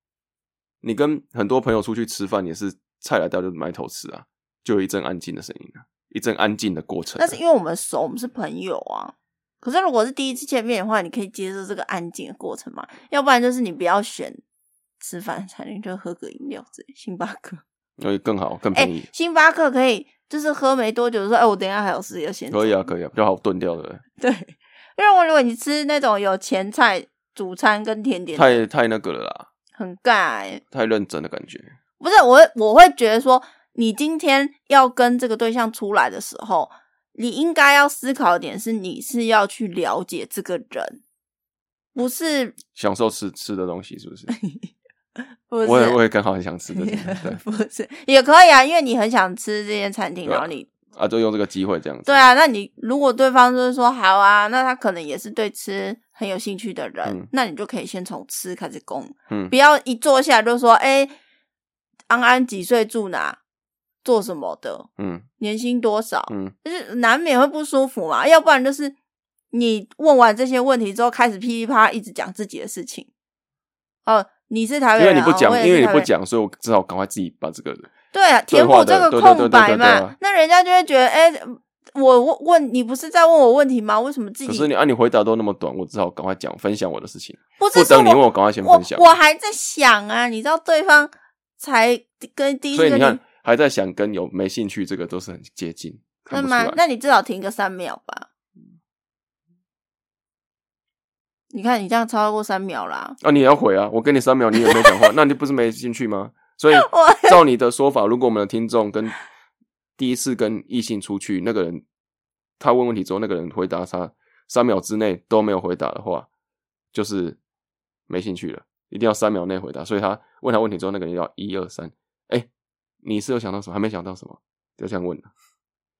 Speaker 1: 你跟很多朋友出去吃饭，也是菜来到就埋头吃啊，就有一阵安静的声音啊，一阵安静的过程啊、
Speaker 2: 但是因为我们熟，我们是朋友啊。可是如果是第一次见面的话，你可以接受这个安静的过程嘛？要不然就是你不要选吃饭餐厅，就喝个饮料之类，星巴克。
Speaker 1: 因为更好更
Speaker 2: 哎、
Speaker 1: 便宜，
Speaker 2: 星巴克可以，就是喝没多久就说，哎、我等一下还有事要先走。
Speaker 1: 可以啊，可以啊，比较好炖掉的，
Speaker 2: 对，因为我如果你吃那种有前菜、主餐跟甜点，
Speaker 1: 太太那个了啦，
Speaker 2: 很尬、欸。
Speaker 1: 太认真的感觉。
Speaker 2: 不是我会，我会觉得说，你今天要跟这个对象出来的时候，你应该要思考的点是，你是要去了解这个人，不是
Speaker 1: 享受吃吃的东西是不是？
Speaker 2: 不是
Speaker 1: 我也我也刚好很想吃这些， 对
Speaker 2: 不是也可以啊，因为你很想吃这间餐厅，
Speaker 1: 对啊
Speaker 2: 然后你
Speaker 1: 啊，就用这个机会这样子。
Speaker 2: 对啊，那你如果对方就是说好啊，那他可能也是对吃很有兴趣的人，
Speaker 1: 嗯
Speaker 2: 那你就可以先从吃开始攻，
Speaker 1: 嗯
Speaker 2: 不要一坐下来就说哎，安安几岁住哪，做什么的，
Speaker 1: 嗯
Speaker 2: 年薪多少，
Speaker 1: 嗯，
Speaker 2: 就是难免会不舒服嘛。要不然就是你问完这些问题之后，开始噼里啪啦一直讲自己的事情。哦，你是台
Speaker 1: 因
Speaker 2: 北
Speaker 1: 为
Speaker 2: 人，
Speaker 1: 你不讲
Speaker 2: 哦，
Speaker 1: 因为你不，
Speaker 2: 我也是台北人
Speaker 1: 讲，所以我只好赶快自己把这个
Speaker 2: 对啊，填
Speaker 1: 话
Speaker 2: 补这
Speaker 1: 的
Speaker 2: 个
Speaker 1: 对对对
Speaker 2: 空白
Speaker 1: 对对
Speaker 2: 嘛。
Speaker 1: 对对
Speaker 2: 那人家就会觉得，哎、我问问你不是在问我问题吗？为什么自己
Speaker 1: 可是你按、你回答都那么短，我只好赶快讲分享我的事情，
Speaker 2: 不
Speaker 1: 不
Speaker 2: 是是
Speaker 1: 等你问
Speaker 2: 我
Speaker 1: 我，赶快先
Speaker 2: 我
Speaker 1: 分享。
Speaker 2: 我还在想啊，你知道对方才跟第一
Speaker 1: 所
Speaker 2: 次
Speaker 1: 以
Speaker 2: 跟
Speaker 1: 你看，还在想跟有没兴趣这个都是很接近，看
Speaker 2: 那
Speaker 1: 不出来
Speaker 2: 嗯吗？。那你至少停个三秒吧。你看，你这样超过三秒啦。
Speaker 1: 啊，你也要回啊！我给你三秒，你也没 讲话，那你不是没兴趣吗？所以
Speaker 2: 我
Speaker 1: 照你的说法，如果我们的听众跟第一次跟异性出去，那个人他问问题之后，那个人回答他三秒之内都没有回答的话，就是没兴趣了，一定要三秒内回答。所以他问他问题之后，那个人要一二三，哎，你是有想到什么？还没想到什么？就这样问了。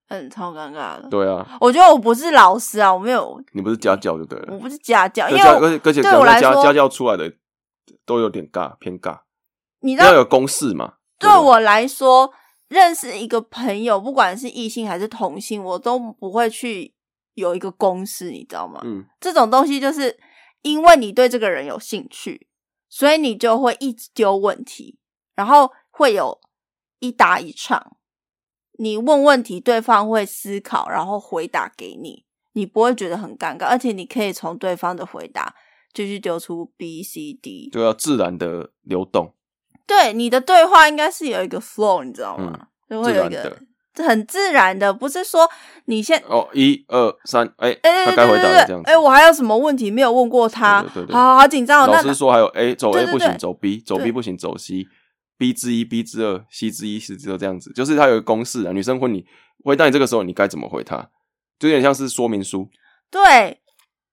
Speaker 2: 嗯，超尴尬的。
Speaker 1: 对啊，
Speaker 2: 我觉得我不是老师啊，我没有，
Speaker 1: 你不是家教就对
Speaker 2: 我
Speaker 1: 了，
Speaker 2: 不是家教，因
Speaker 1: 家
Speaker 2: 为
Speaker 1: 教
Speaker 2: 我
Speaker 1: 而且而且
Speaker 2: 对
Speaker 1: 讲
Speaker 2: 我来
Speaker 1: 家
Speaker 2: 说
Speaker 1: 家教出来的都有点尬，偏尬，
Speaker 2: 你知
Speaker 1: 要
Speaker 2: 道，
Speaker 1: 有公式嘛。
Speaker 2: 对
Speaker 1: 不
Speaker 2: 我来说，认识一个朋友，不管是异性还是同性，我都不会去有一个公式，你知道吗？
Speaker 1: 嗯，
Speaker 2: 这种东西就是因为你对这个人有兴趣，所以你就会一直丢问题，然后会有一答一唱。你问问题，对方会思考，然后回答给你，你不会觉得很尴尬，而且你可以从对方的回答就去丢出 B、C、D。
Speaker 1: 就要自然的流动，
Speaker 2: 对，你的对话应该是有一个 flow，你知道吗？就
Speaker 1: 嗯自
Speaker 2: 会有一
Speaker 1: 然
Speaker 2: 个
Speaker 1: 的。
Speaker 2: 很自然的，不是说你先
Speaker 1: 哦，一二三，哎、他
Speaker 2: 哎，对
Speaker 1: 该
Speaker 2: 对
Speaker 1: 回
Speaker 2: 对
Speaker 1: 答了
Speaker 2: 对
Speaker 1: 这样
Speaker 2: 对，
Speaker 1: 子。
Speaker 2: 哎，我还有什么问题没有问过他？
Speaker 1: 对对对对
Speaker 2: 好好好紧张哦。那
Speaker 1: 老师说还有 A 走
Speaker 2: 对
Speaker 1: A
Speaker 2: 对
Speaker 1: 不
Speaker 2: 对
Speaker 1: 行，走 B 走
Speaker 2: 对
Speaker 1: B 不行，走 C，B 之一 B 之二 C 之一 C 之二这样子，就是他有一个公式啊。女生问你回答你这个时候你该怎么回他，就有点像是说明书。
Speaker 2: 对，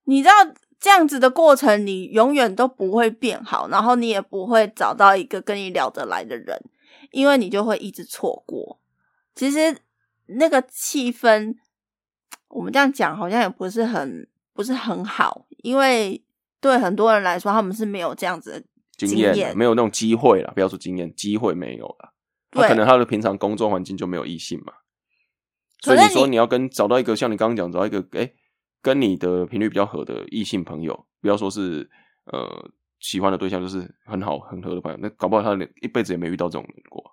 Speaker 2: 你知道这样子的过程，你永远都不会变好，然后你也不会找到一个跟你聊得来的人，因为你就会一直错过。其实那个气氛，我们这样讲好像也不是很不是很好，因为对很多人来说，他们是没有这样子的。
Speaker 1: 经
Speaker 2: 经
Speaker 1: 验啊
Speaker 2: 验
Speaker 1: 没有那种机会啦，不要说经验，机会没有啦。他
Speaker 2: 对
Speaker 1: 可能他的平常工作环境就没有异性嘛，所以
Speaker 2: 可
Speaker 1: 你
Speaker 2: 是
Speaker 1: 说
Speaker 2: 你
Speaker 1: 你要跟找到一个像你刚刚讲找到一个哎、诶跟你的频率比较合的异性朋友，不要说是呃喜欢的对象，就是很好很合的朋友，那搞不好他连一辈子也没遇到这种人过，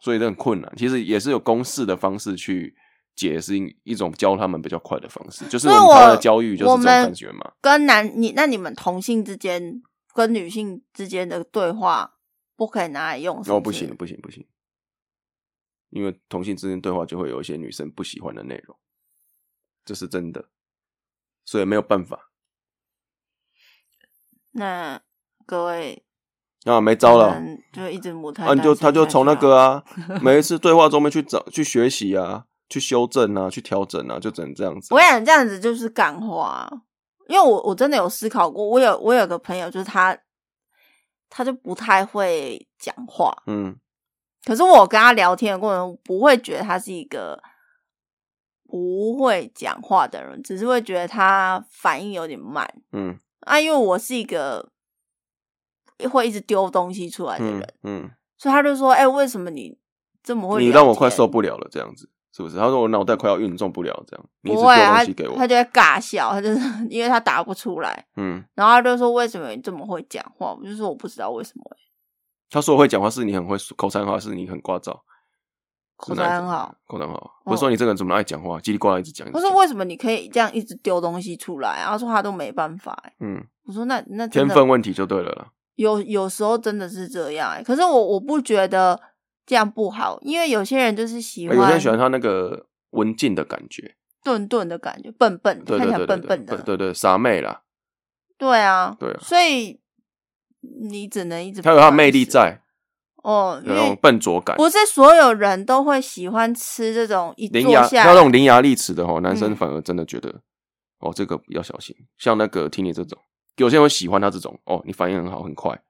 Speaker 1: 所以这很困难。其实也是有公式的方式去解释一种教他们比较快的方式，就是
Speaker 2: 所以
Speaker 1: 我们台湾的
Speaker 2: 我
Speaker 1: 教育就是这
Speaker 2: 我
Speaker 1: 种
Speaker 2: 们
Speaker 1: 感觉嘛。
Speaker 2: 跟男你那你们同性之间跟女性之间的对话，不可以拿来用是
Speaker 1: 哦，
Speaker 2: 不
Speaker 1: 不
Speaker 2: 是
Speaker 1: 行，不行，不行，因为同性之间对话就会有一些女生不喜欢的内容，这是真的，所以没有办法
Speaker 2: 那各位
Speaker 1: 啊，没招了，，
Speaker 2: 就一直母胎
Speaker 1: 啊，
Speaker 2: 单身下
Speaker 1: 你
Speaker 2: 去啊。
Speaker 1: 就他就从那个啊，每一次对话中面去找、去学习啊，去修正啊，去调整啊，就只能这样子
Speaker 2: 我。跟你讲，这样子就是感化，啊因为我我真的有思考过，我有我有个朋友，就是他，他就不太会讲话，
Speaker 1: 嗯，
Speaker 2: 可是我跟他聊天的过程，我不会觉得他是一个不会讲话的人，只是会觉得他反应有点慢
Speaker 1: 嗯
Speaker 2: 啊，因为我是一个会一直丢东西出来的人，
Speaker 1: 嗯嗯，
Speaker 2: 所以他就说：“哎、为什么你这么会？
Speaker 1: 你让我快受。不了了，这样子是不是？他说我脑袋快要运动不了，这样”你一直
Speaker 2: 不
Speaker 1: 丢
Speaker 2: 会，
Speaker 1: 东
Speaker 2: 他
Speaker 1: 西给我
Speaker 2: 他，就会尬笑，他就是 因为他答不出来，
Speaker 1: 嗯，
Speaker 2: 然后他就说：“为什么你这么会讲话？”我就说：“我不知道为什么、欸
Speaker 1: 他说我会讲话是你很会说口才很好，是你很聒噪，
Speaker 2: 口才很好。哦
Speaker 1: 口才很好。我说你这个人怎么爱讲话，叽里呱啦一直讲。一直
Speaker 2: 我说
Speaker 1: 啊讲
Speaker 2: 为什么你可以这样一直丢东西出来、啊？他说他都没办法、欸
Speaker 1: 嗯，
Speaker 2: 我说那那真
Speaker 1: 天
Speaker 2: 的
Speaker 1: 分问题就对了啦。
Speaker 2: 有有时候真的是这样、欸。可是我我不觉得这样不好，因为有些人就是喜
Speaker 1: 哎有些人
Speaker 2: 欢
Speaker 1: 喜欢他那个文静的感觉，
Speaker 2: 顿顿的感觉，笨笨的，
Speaker 1: 对
Speaker 2: 看
Speaker 1: 对
Speaker 2: 起
Speaker 1: 对
Speaker 2: 来
Speaker 1: 对
Speaker 2: 笨
Speaker 1: 对
Speaker 2: 笨的，
Speaker 1: 对对对傻妹啦，
Speaker 2: 对啊，
Speaker 1: 对啊
Speaker 2: 所以你只能一直
Speaker 1: 她有她的魅力在，
Speaker 2: 哦，因
Speaker 1: 有那种
Speaker 2: 为
Speaker 1: 笨拙感，
Speaker 2: 不是所有人都会喜欢吃这种一
Speaker 1: 伶
Speaker 2: 坐
Speaker 1: 牙，
Speaker 2: 下
Speaker 1: 要那种伶牙俐齿的哦，男生
Speaker 2: 嗯
Speaker 1: 反而真的觉得、哦，这个要小心。像那个听 E 你这种，有些人会喜欢他这种哦，你反应很好，很快。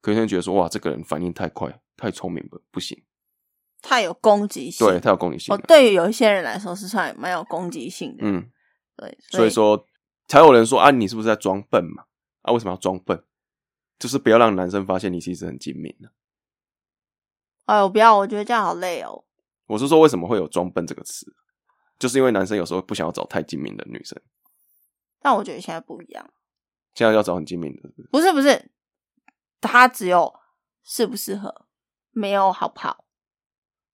Speaker 1: 可有些人觉得说哇，这个人反应太快，太聪明了，不行。
Speaker 2: 太有攻击性。
Speaker 1: 对，太有攻击性
Speaker 2: 哦
Speaker 1: 了。，
Speaker 2: 对于有一些人来说是算蛮有攻击性的，
Speaker 1: 嗯，
Speaker 2: 对，
Speaker 1: 所以说才有人说啊，你是不是在装笨嘛？啊，为什么要装笨？就是不要让男生发现你其实很精明啊
Speaker 2: 哎呦，不要，我觉得这样好累哦。
Speaker 1: 我是说，为什么会有“装笨”这个词？啊就是因为男生有时候不想要找太精明的女生，
Speaker 2: 但我觉得现在不一样，
Speaker 1: 现在要找很精明的，是不是
Speaker 2: 不是不是，他只有适不适合，没有好不好。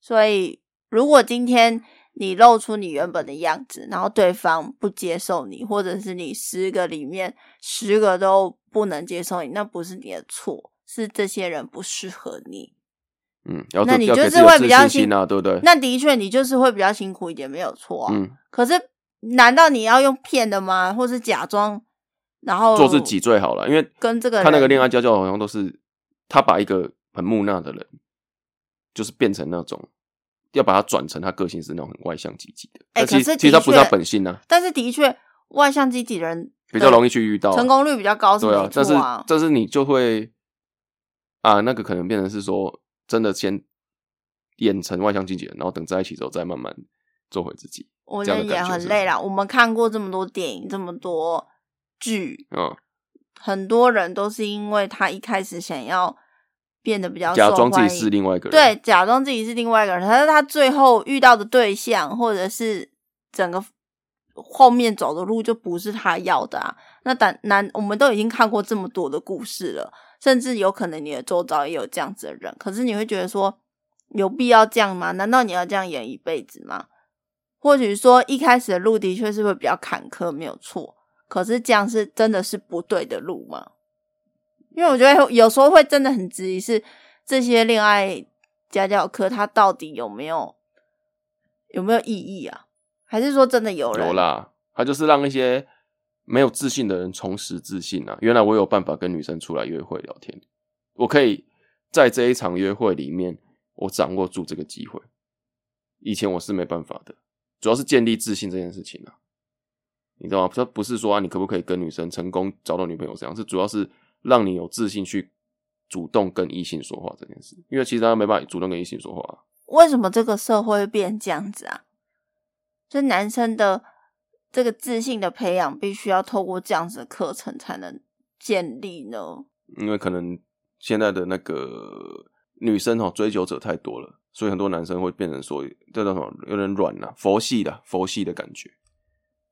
Speaker 2: 所以，如果今天你露出你原本的样子，然后对方不接受你，或者是你十个里面十个都不能接受你，那不是你的错，是这些人不适合你。
Speaker 1: 嗯，要
Speaker 2: 那
Speaker 1: 对
Speaker 2: 你
Speaker 1: 要
Speaker 2: 就
Speaker 1: 给
Speaker 2: 是
Speaker 1: 自己有
Speaker 2: 会
Speaker 1: 自
Speaker 2: 比较
Speaker 1: 信
Speaker 2: 辛
Speaker 1: 心啊，对不对？
Speaker 2: 那的确，你就是会比较辛苦一点，没有错啊。
Speaker 1: 嗯，
Speaker 2: 可是，难道你要用骗的吗？或是假装，然后
Speaker 1: 做自己最好了，因为
Speaker 2: 跟这个
Speaker 1: 看那个
Speaker 2: 人
Speaker 1: 恋爱教教好像都是他把一个很木讷的人，就是变成那种要把他转成他个性是那种很外向积极的，但
Speaker 2: 哎
Speaker 1: 其
Speaker 2: 可
Speaker 1: 实
Speaker 2: 是
Speaker 1: 其实他
Speaker 2: 的
Speaker 1: 不是他
Speaker 2: 确
Speaker 1: 本性啊，
Speaker 2: 但是的确，外向积极的人
Speaker 1: 比较容
Speaker 2: 易
Speaker 1: 易去遇到啊、
Speaker 2: 成功率比较高，是
Speaker 1: 对
Speaker 2: 没
Speaker 1: 啊，但是
Speaker 2: 错啊。
Speaker 1: 但是你就会啊，那个可能变成是说真的先演成外向积极的，然后等在一起之后再慢慢做回自己，
Speaker 2: 我
Speaker 1: 这
Speaker 2: 觉
Speaker 1: 样
Speaker 2: 得
Speaker 1: 的感
Speaker 2: 也
Speaker 1: 觉
Speaker 2: 很
Speaker 1: 是
Speaker 2: 累啦。我们看过这么多电影，这么多剧，
Speaker 1: 嗯，
Speaker 2: 很多人都是因为他一开始想要变得比较
Speaker 1: 假
Speaker 2: 受
Speaker 1: 装自己
Speaker 2: 欢
Speaker 1: 是
Speaker 2: 迎
Speaker 1: 另外一个人，
Speaker 2: 对，假装自己是另外一个人，但是他最后遇到的对象，或者是整个后面走的路，就不是他要的啊。那但难，我们都已经看过这么多的故事了，甚至有可能你的周遭也有这样子的人，可是你会觉得说，有必要这样吗？难道你要这样演一辈子吗？或许说一开始的路的确是会比较坎坷，没有错。可是这样是真的是不对的路吗？因为我觉得有时候会真的很质疑是这些恋爱家教课它到底有没有有没有意义啊？还是说真的有人？
Speaker 1: 有啦，他就是让一些没有自信的人重拾自信啊。原来我有办法跟女生出来约会聊天，我可以在这一场约会里面，我掌握住这个机会。以前我是没办法的，主要是建立自信这件事情啊，你知道吗？这不是说啊，你可不可以跟女生成功找到女朋友这样，是主要是让你有自信去主动跟异性说话这件事，因为其实大家没办法主动跟异性说话啊、
Speaker 2: 为什么这个社会会变这样子啊？就男生的这个自信的培养，必须要透过这样子的课程才能建立呢？
Speaker 1: 因为可能现在的那个女生哦，追求者太多了，所以很多男生会变成说，这叫什么，有点软呐、佛系的佛系的感觉，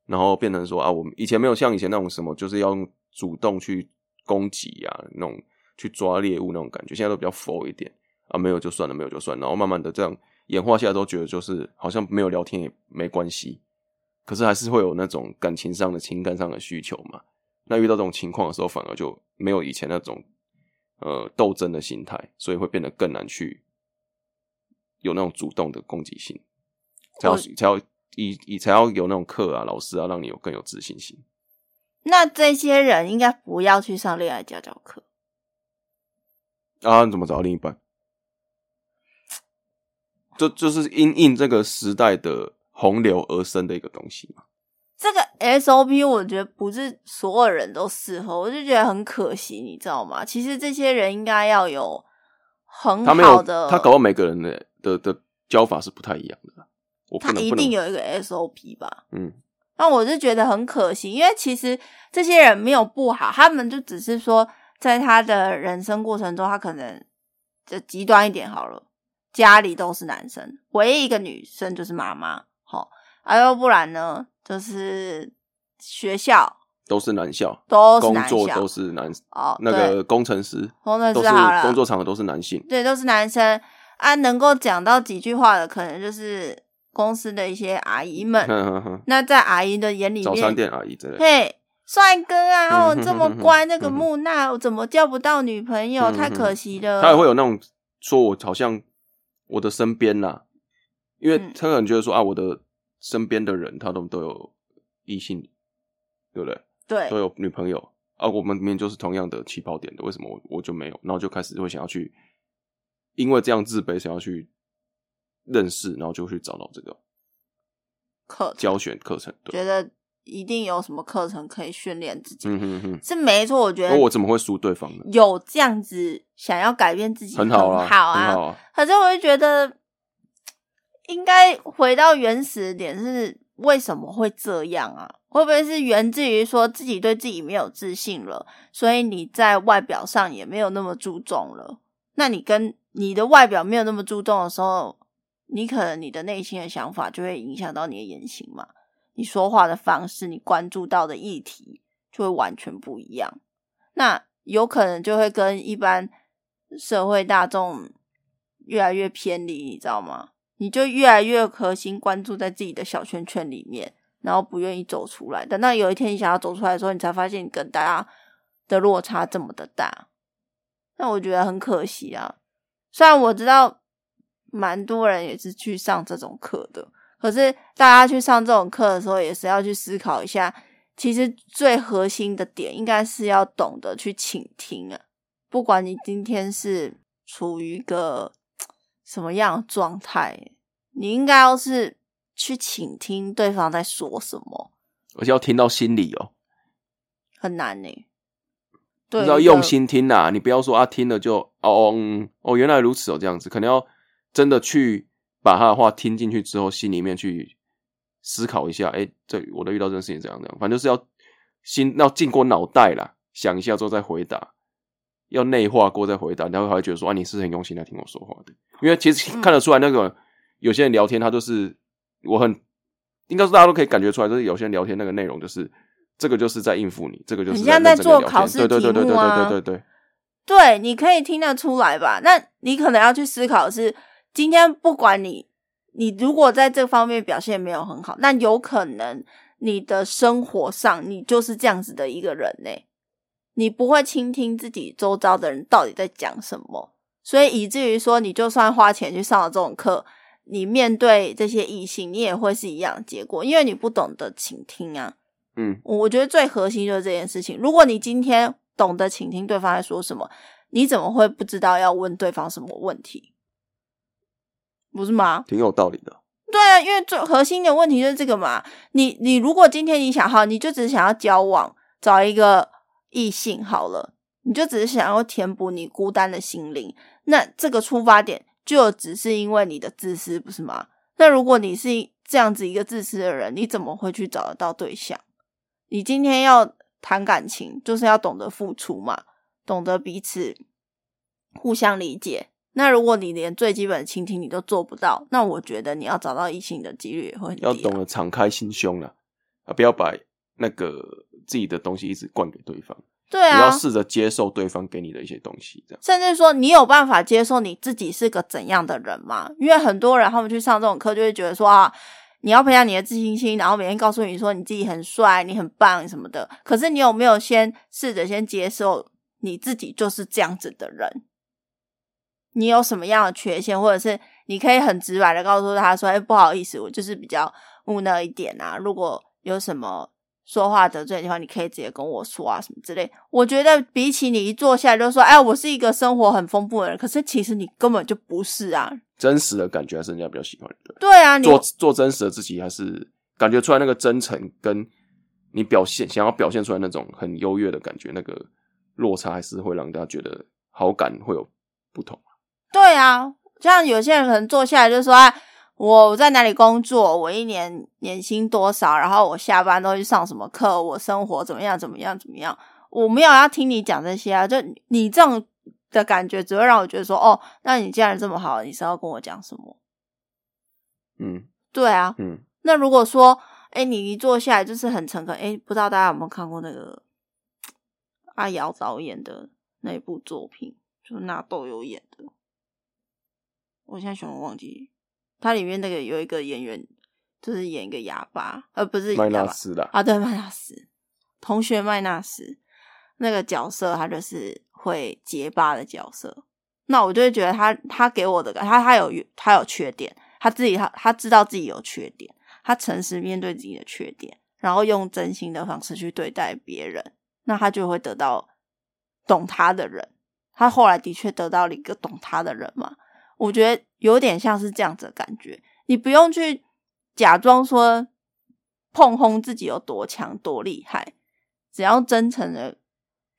Speaker 1: 然后变成说啊，我们以前没有像以前那种什么，就是要用主动去攻击啊，那种去抓猎物那种感觉，现在都比较佛一点啊，没有就算了，没有就算了，然后慢慢的这样演化下来，都觉得就是好像没有聊天也没关系，可是还是会有那种感情上的、情感上的需求嘛。那遇到这种情况的时候，反而就没有以前那种呃斗争的心态，所以会变得更难去有那种主动的攻击性，才要
Speaker 2: 我
Speaker 1: 才要以以才要有那种课啊、老师啊，让你有更有自信心。
Speaker 2: 那这些人应该不要去上恋爱家教课。
Speaker 1: 啊，你怎么找到另一半？这就是因应这个时代的洪流而生的一个东西嘛。
Speaker 2: 这个 SOP 我觉得不是所有人都适合，我就觉得很可惜，你知道吗？其实这些人应该要有很
Speaker 1: 他没
Speaker 2: 嗯好
Speaker 1: 有，
Speaker 2: 的，
Speaker 1: 他搞到每个人的的的教法是不太一样的啦。我不
Speaker 2: 他
Speaker 1: 能
Speaker 2: 一
Speaker 1: 不能
Speaker 2: 定有一个 SOP 吧？
Speaker 1: 嗯，
Speaker 2: 那我是觉得很可惜，因为其实这些人没有不好，他们就只是说，在他的人生过程中，他可能就极端一点好了，家里都是男生，唯一一个女生就是妈妈。好、啊，要不然呢，就是学校
Speaker 1: 都是男校，
Speaker 2: 都是
Speaker 1: 工
Speaker 2: 男
Speaker 1: 作
Speaker 2: 校
Speaker 1: 都是男，
Speaker 2: 哦，
Speaker 1: 那
Speaker 2: 对
Speaker 1: 个工程师
Speaker 2: 工程
Speaker 1: 都
Speaker 2: 师
Speaker 1: 是
Speaker 2: 好了，
Speaker 1: 工作场合都是男性，
Speaker 2: 对，都是男生啊，能够讲到几句话的，可能就是公司的一些阿姨们。
Speaker 1: 哼哼哼，
Speaker 2: 那在阿姨的眼里
Speaker 1: 早餐
Speaker 2: 面，
Speaker 1: 店阿姨之类的，
Speaker 2: 嘿，帅哥啊，哦，
Speaker 1: 嗯哼
Speaker 2: 这么
Speaker 1: 哼哼
Speaker 2: 乖，那个
Speaker 1: 嗯哼
Speaker 2: 木讷，我怎么交不到女朋友？
Speaker 1: 嗯
Speaker 2: 太
Speaker 1: 哼
Speaker 2: 可惜了。
Speaker 1: 他也会有那种说我好像我的身边啦，因为
Speaker 2: 嗯
Speaker 1: 他可能觉得说啊，我的身边的人他都都有异性，对不对？
Speaker 2: 对
Speaker 1: 都有女朋友啊，我们明明就是同样的起跑点的，为什么我我就没有？然后就开始会想要去，因为这样自卑，想要去认识，然后就去找到这个
Speaker 2: 课
Speaker 1: 教选课程。对，
Speaker 2: 觉得一定有什么课程可以训练自己，
Speaker 1: 嗯哼哼，
Speaker 2: 是没错。我觉
Speaker 1: 那
Speaker 2: 得
Speaker 1: 我怎么会输对方呢？
Speaker 2: 有这样子想要改变自己
Speaker 1: 很
Speaker 2: 好
Speaker 1: 好啊，
Speaker 2: 啊
Speaker 1: 很好啊，
Speaker 2: 可是我就觉得，应该回到原始点是为什么会这样啊？会不会是源自于说自己对自己没有自信了，所以你在外表上也没有那么注重了？那你跟你的外表没有那么注重的时候，你可能你的内心的想法就会影响到你的言行嘛，你说话的方式，你关注到的议题就会完全不一样。那有可能就会跟一般社会大众越来越偏离，你知道吗？你就越来越核心关注在自己的小圈圈里面，然后不愿意走出来。等到有一天你想要走出来的时候，你才发现你跟大家的落差这么的大，那我觉得很可惜啊。虽然我知道蛮多人也是去上这种课的，可是大家去上这种课的时候，也是要去思考一下，其实最核心的点应该是要懂得去倾听啊。不管你今天是处于一个什么样的状态，你应该要是去倾听对方在说什么，
Speaker 1: 而且要听到心里哦，
Speaker 2: 很难呢、对，
Speaker 1: 就是要用。心听呐、你不要说啊，听了就哦哦嗯哦，原来如此哦，这样子，可能要真的去把他的话听进去之后，心里面去思考一下，哎、这我的遇到这件事情怎样怎样，反正就是要心要经过脑袋啦，想一下之后再回答，要内化过再回答，然后才会觉得说啊，你是很用心来听我说话的，因为其实
Speaker 2: 嗯
Speaker 1: 看得出来那个、有些人聊天，他就是我很应该是大家都可以感觉出来，就是有些人聊天那个内容就是。这个就是在应付你，这个就是
Speaker 2: 很像
Speaker 1: 在认真
Speaker 2: 在
Speaker 1: 地聊
Speaker 2: 做
Speaker 1: 天
Speaker 2: 考试
Speaker 1: 对对对对
Speaker 2: 题
Speaker 1: 对
Speaker 2: 目啊
Speaker 1: 对对对对，
Speaker 2: 对，你可以听得出来吧？那你可能要去思考的是，今天不管你，你如果在这方面表现没有很好，那有可能你的生活上你就是这样子的一个人呢、你不会倾听自己周遭的人到底在讲什么，所以以至于说，你就算花钱去上了这种课，你面对这些异性，你也会是一样的结果，因为你不懂得倾听啊。
Speaker 1: 嗯，
Speaker 2: 我觉得最核心就是这件事情。如果你今天懂得倾听对方在说什么，你怎么会不知道要问对方什么问题？不是吗？
Speaker 1: 挺有道理的。
Speaker 2: 对啊，因为最核心的问题就是这个嘛。你你如果今天你想好，你就只是想要交往，找一个异性好了，你就只是想要填补你孤单的心灵，那这个出发点就只是因为你的自私，不是吗？那如果你是这样子一个自私的人，你怎么会去找得到对象？你今天要谈感情，就是要懂得付出嘛，懂得彼此互相理解。那如果你连最基本的倾听你都做不到，那我觉得你要找到异性的几率也会很低、啊。
Speaker 1: 要懂得敞开心胸了，啊，不要把那个自己的东西一直灌给对方，
Speaker 2: 对
Speaker 1: 你
Speaker 2: 啊，
Speaker 1: 要试着接受对方给你的一些东西，这样。
Speaker 2: 甚至说你有办法接受你自己是个怎样的人吗？因为很多人他们去上这种课，就会觉得说啊，你要培养你的自信心，然后每天告诉你说你自己很帅，你很棒什么的。可是你有没有先试着先接受你自己就是这样子的人？你有什么样的缺陷，或者是你可以很直白的告诉他说：“哎、不好意思，我就是比较木讷一点啊。如果有什么说话得罪的地方，你可以直接跟我说啊，什么之类。”我觉得比起你一坐下来就说：“哎，我是一个生活很丰富的人。”可是其实你根本就不是啊。
Speaker 1: 真实的感觉还是人家比较喜欢，对不对。
Speaker 2: 对啊，你
Speaker 1: 做做真实的自己，还是感觉出来那个真诚，跟你表现想要表现出来那种很优越的感觉，那个落差还是会让大家觉得好感会有不同。
Speaker 2: 对啊，像有些人可能坐下来就说：“哎，我在哪里工作？我一年年薪多少？然后我下班都去上什么课？我生活怎么样？怎么样？怎么样？”我没有要听你讲这些啊，就你这种的感觉，只会让我觉得说，哦，那你既然这么好，你是要跟我讲什么？
Speaker 1: 嗯
Speaker 2: 对啊，
Speaker 1: 嗯，
Speaker 2: 那如果说，哎，你一坐下来就是很诚恳，哎，不知道大家有没有看过那个阿瑶导演的那部作品，就是纳豆有演的，我现在全部忘记，它里面那个有一个演员，就是演一个哑巴，呃，不是
Speaker 1: 麦
Speaker 2: 哑
Speaker 1: 纳
Speaker 2: 巴
Speaker 1: 斯啦，
Speaker 2: 啊，对，麦纳斯同学麦纳斯那个角色，他就是会结巴的角色。那我就会觉得他他给我的感，他他有他有缺点，他自己他他知道自己有缺点，他诚实面对自己的缺点，然后用真心的方式去对待别人，那他就会得到懂他的人。他后来的确得到了一个懂他的人嘛，我觉得有点像是这样子的感觉。你不用去假装说碰轰自己有多强多厉害，只要真诚的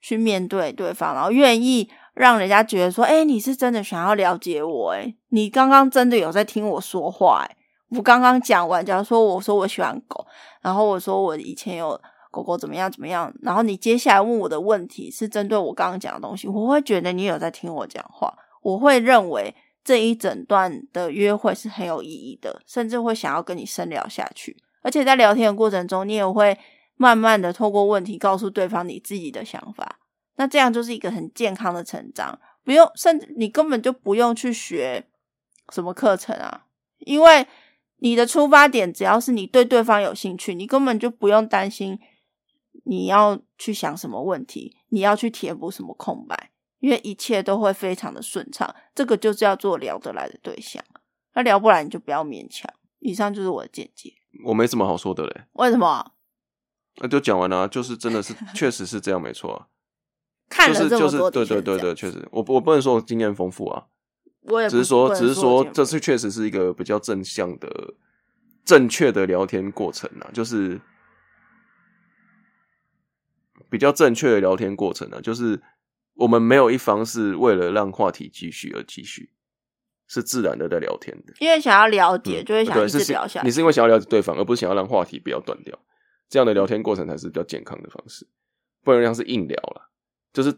Speaker 2: 去面对对方，然后愿意让人家觉得说，哎、你是真的想要了解我、诶哎，你刚刚真的有在听我说话、诶哎，我刚刚讲完，假如说我说我喜欢狗，然后我说我以前有。狗狗怎么样？怎么样？然后你接下来问我的问题是针对我刚刚讲的东西，我会觉得你有在听我讲话，我会认为这一整段的约会是很有意义的，甚至会想要跟你深聊下去。而且在聊天的过程中，你也会慢慢的透过问题告诉对方你自己的想法。那这样就是一个很健康的成长，不用，甚至你根本就不用去学什么课程啊，因为你的出发点只要是你对对方有兴趣，你根本就不用担心你要去想什么问题，你要去填补什么空白。因为一切都会非常的顺畅。这个就是要做聊得来的对象，那聊不来你就不要勉强。以上就是我的见解。
Speaker 1: 我没什么好说的嘞，
Speaker 2: 为什么
Speaker 1: 那就讲完了啊、就是真的 是确实是这样，没错啊、
Speaker 2: 看
Speaker 1: 就
Speaker 2: 了
Speaker 1: 是
Speaker 2: 这
Speaker 1: 就
Speaker 2: 么
Speaker 1: 是
Speaker 2: 多？
Speaker 1: 对对对对，，确实，我不我不能说我经验丰富啊，
Speaker 2: 我也不
Speaker 1: 只是说只是
Speaker 2: 说
Speaker 1: 说这次确实是一个比较正向的、正确的聊天过程啊，就是比较正确的聊天过程啊，就是我们没有一方是为了让话题继续而继续，是自然的在聊天的。
Speaker 2: 因为想要了解，
Speaker 1: 嗯
Speaker 2: 就会想
Speaker 1: 对
Speaker 2: 一
Speaker 1: 是
Speaker 2: 直
Speaker 1: 是
Speaker 2: 聊下
Speaker 1: 你
Speaker 2: 去。
Speaker 1: 是因为想要了解对方，而不是想要让话题不要断掉，这样的聊天过程才是比较健康的方式，不然像是硬聊啦，就是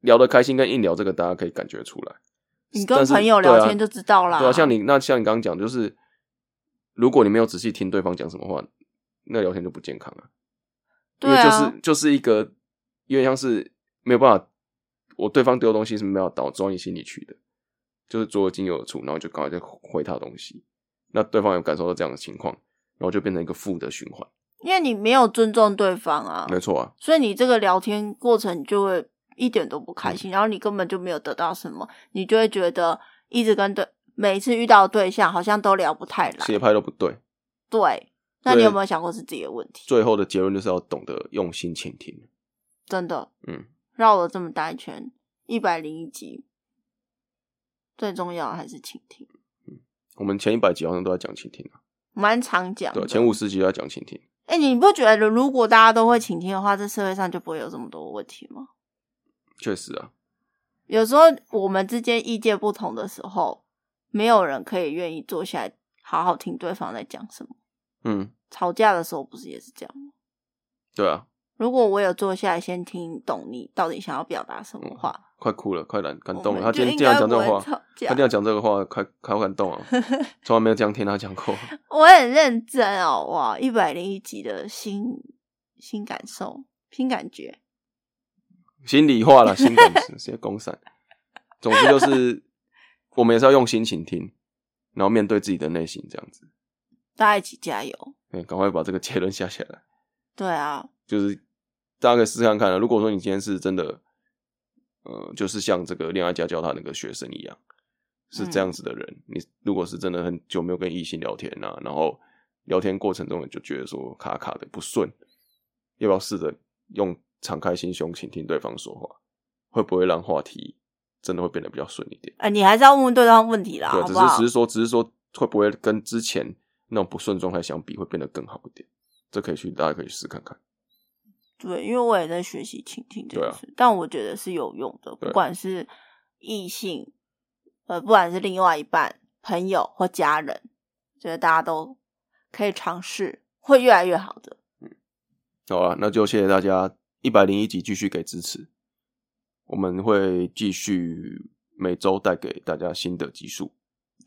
Speaker 1: 聊得开心跟硬聊这个大家可以感觉出来。
Speaker 2: 你跟
Speaker 1: 但是
Speaker 2: 朋友
Speaker 1: 对啊
Speaker 2: 聊天就知道啦。
Speaker 1: 对啊，像你那像你刚刚讲，就是如果你没有仔细听对方讲什么话，那聊天就不健康啊。
Speaker 2: 对
Speaker 1: 因
Speaker 2: 啊
Speaker 1: 为就是就是一个有点像是没有办法，我对方丢东西是没有办法装你心里去的，就是左耳进右耳出，然后就赶快再回他东西。那对方有感受到这样的情况，然后就变成一个负的循环。
Speaker 2: 因为你没有尊重对方啊，
Speaker 1: 没错啊，
Speaker 2: 所以你这个聊天过程你就会一点都不开
Speaker 1: 嗯
Speaker 2: 心，然后你根本就没有得到什么，你就会觉得一直跟对每一次遇到的对象好像都聊不太来。
Speaker 1: 斜拍都不对。
Speaker 2: 对，那你
Speaker 1: 对
Speaker 2: 有没有想过是自己的问题？
Speaker 1: 最后的结论就是要懂得用心倾听。
Speaker 2: 真的
Speaker 1: 嗯，
Speaker 2: 绕了这么大一圈，一百零一集，最重要的还是倾听，
Speaker 1: 我们前一百集好像都在讲倾听啊，
Speaker 2: 蛮常讲
Speaker 1: 对啊，
Speaker 2: 的。
Speaker 1: 前五十集都在讲倾听。
Speaker 2: 哎、你不觉得如果大家都会倾听的话，这社会上就不会有这么多问题吗？
Speaker 1: 确实啊，
Speaker 2: 有时候我们之间意见不同的时候，没有人可以愿意坐下来好好听对方在讲什么。
Speaker 1: 嗯，
Speaker 2: 吵架的时候不是也是这样吗？
Speaker 1: 对啊，
Speaker 2: 如果我有坐下来先听懂你到底想要表达什么
Speaker 1: 嗯
Speaker 2: 话，
Speaker 1: 快哭了，快感感
Speaker 2: 我
Speaker 1: 动了。
Speaker 2: 们
Speaker 1: 他
Speaker 2: 哦就
Speaker 1: 今天
Speaker 2: 应
Speaker 1: 竟然
Speaker 2: 该
Speaker 1: 讲这
Speaker 2: 不
Speaker 1: 个
Speaker 2: 会
Speaker 1: 话，
Speaker 2: 吵
Speaker 1: 他
Speaker 2: 架
Speaker 1: 竟然讲这个话，快好感 动啊！从来没有这样听他讲过。
Speaker 2: 我很认真哦，哇，一百零一集的新新感受、新感觉，
Speaker 1: 心里话了，心 感直接公散。总之就是，我们也是要用心倾听，然后面对自己的内心，这样子。
Speaker 2: 大家一起加油！
Speaker 1: 对，赶快把这个结论下下来。
Speaker 2: 对啊，
Speaker 1: 就是大家可以试试看看啊。如果说你今天是真的，呃，就是像这个恋爱家教他那个学生一样，是
Speaker 2: 嗯
Speaker 1: 这样子的人，你如果是真的很久没有跟异性聊天啊，然后聊天过程中你就觉得说卡卡的不顺，要不要试着用敞开心胸倾听对方说话，会不会让话题真的会变得比较顺一点？
Speaker 2: 呃，你还是要问问对方问题啦，
Speaker 1: 对，啊
Speaker 2: 好
Speaker 1: 只
Speaker 2: 不
Speaker 1: 是
Speaker 2: 好
Speaker 1: 只？是说，只是说会不会跟之前那种不顺状态相比，会变得更好一点？这可以去大家可以试看看。
Speaker 2: 对，因为我也在学习倾听这
Speaker 1: 对
Speaker 2: 件
Speaker 1: 啊
Speaker 2: 事，但我觉得是有用的，
Speaker 1: 对
Speaker 2: 不管是异性，呃，不管是另外一半、朋友或家人，觉得大家都可以尝试，会越来越好的。
Speaker 1: 好啊，那就谢谢大家一百零一集继续给支持。我们会继续每周带给大家新的集数。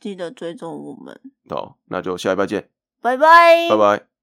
Speaker 2: 记得追踪我们，
Speaker 1: 好，那就下礼拜见，
Speaker 2: 拜拜，
Speaker 1: 拜拜。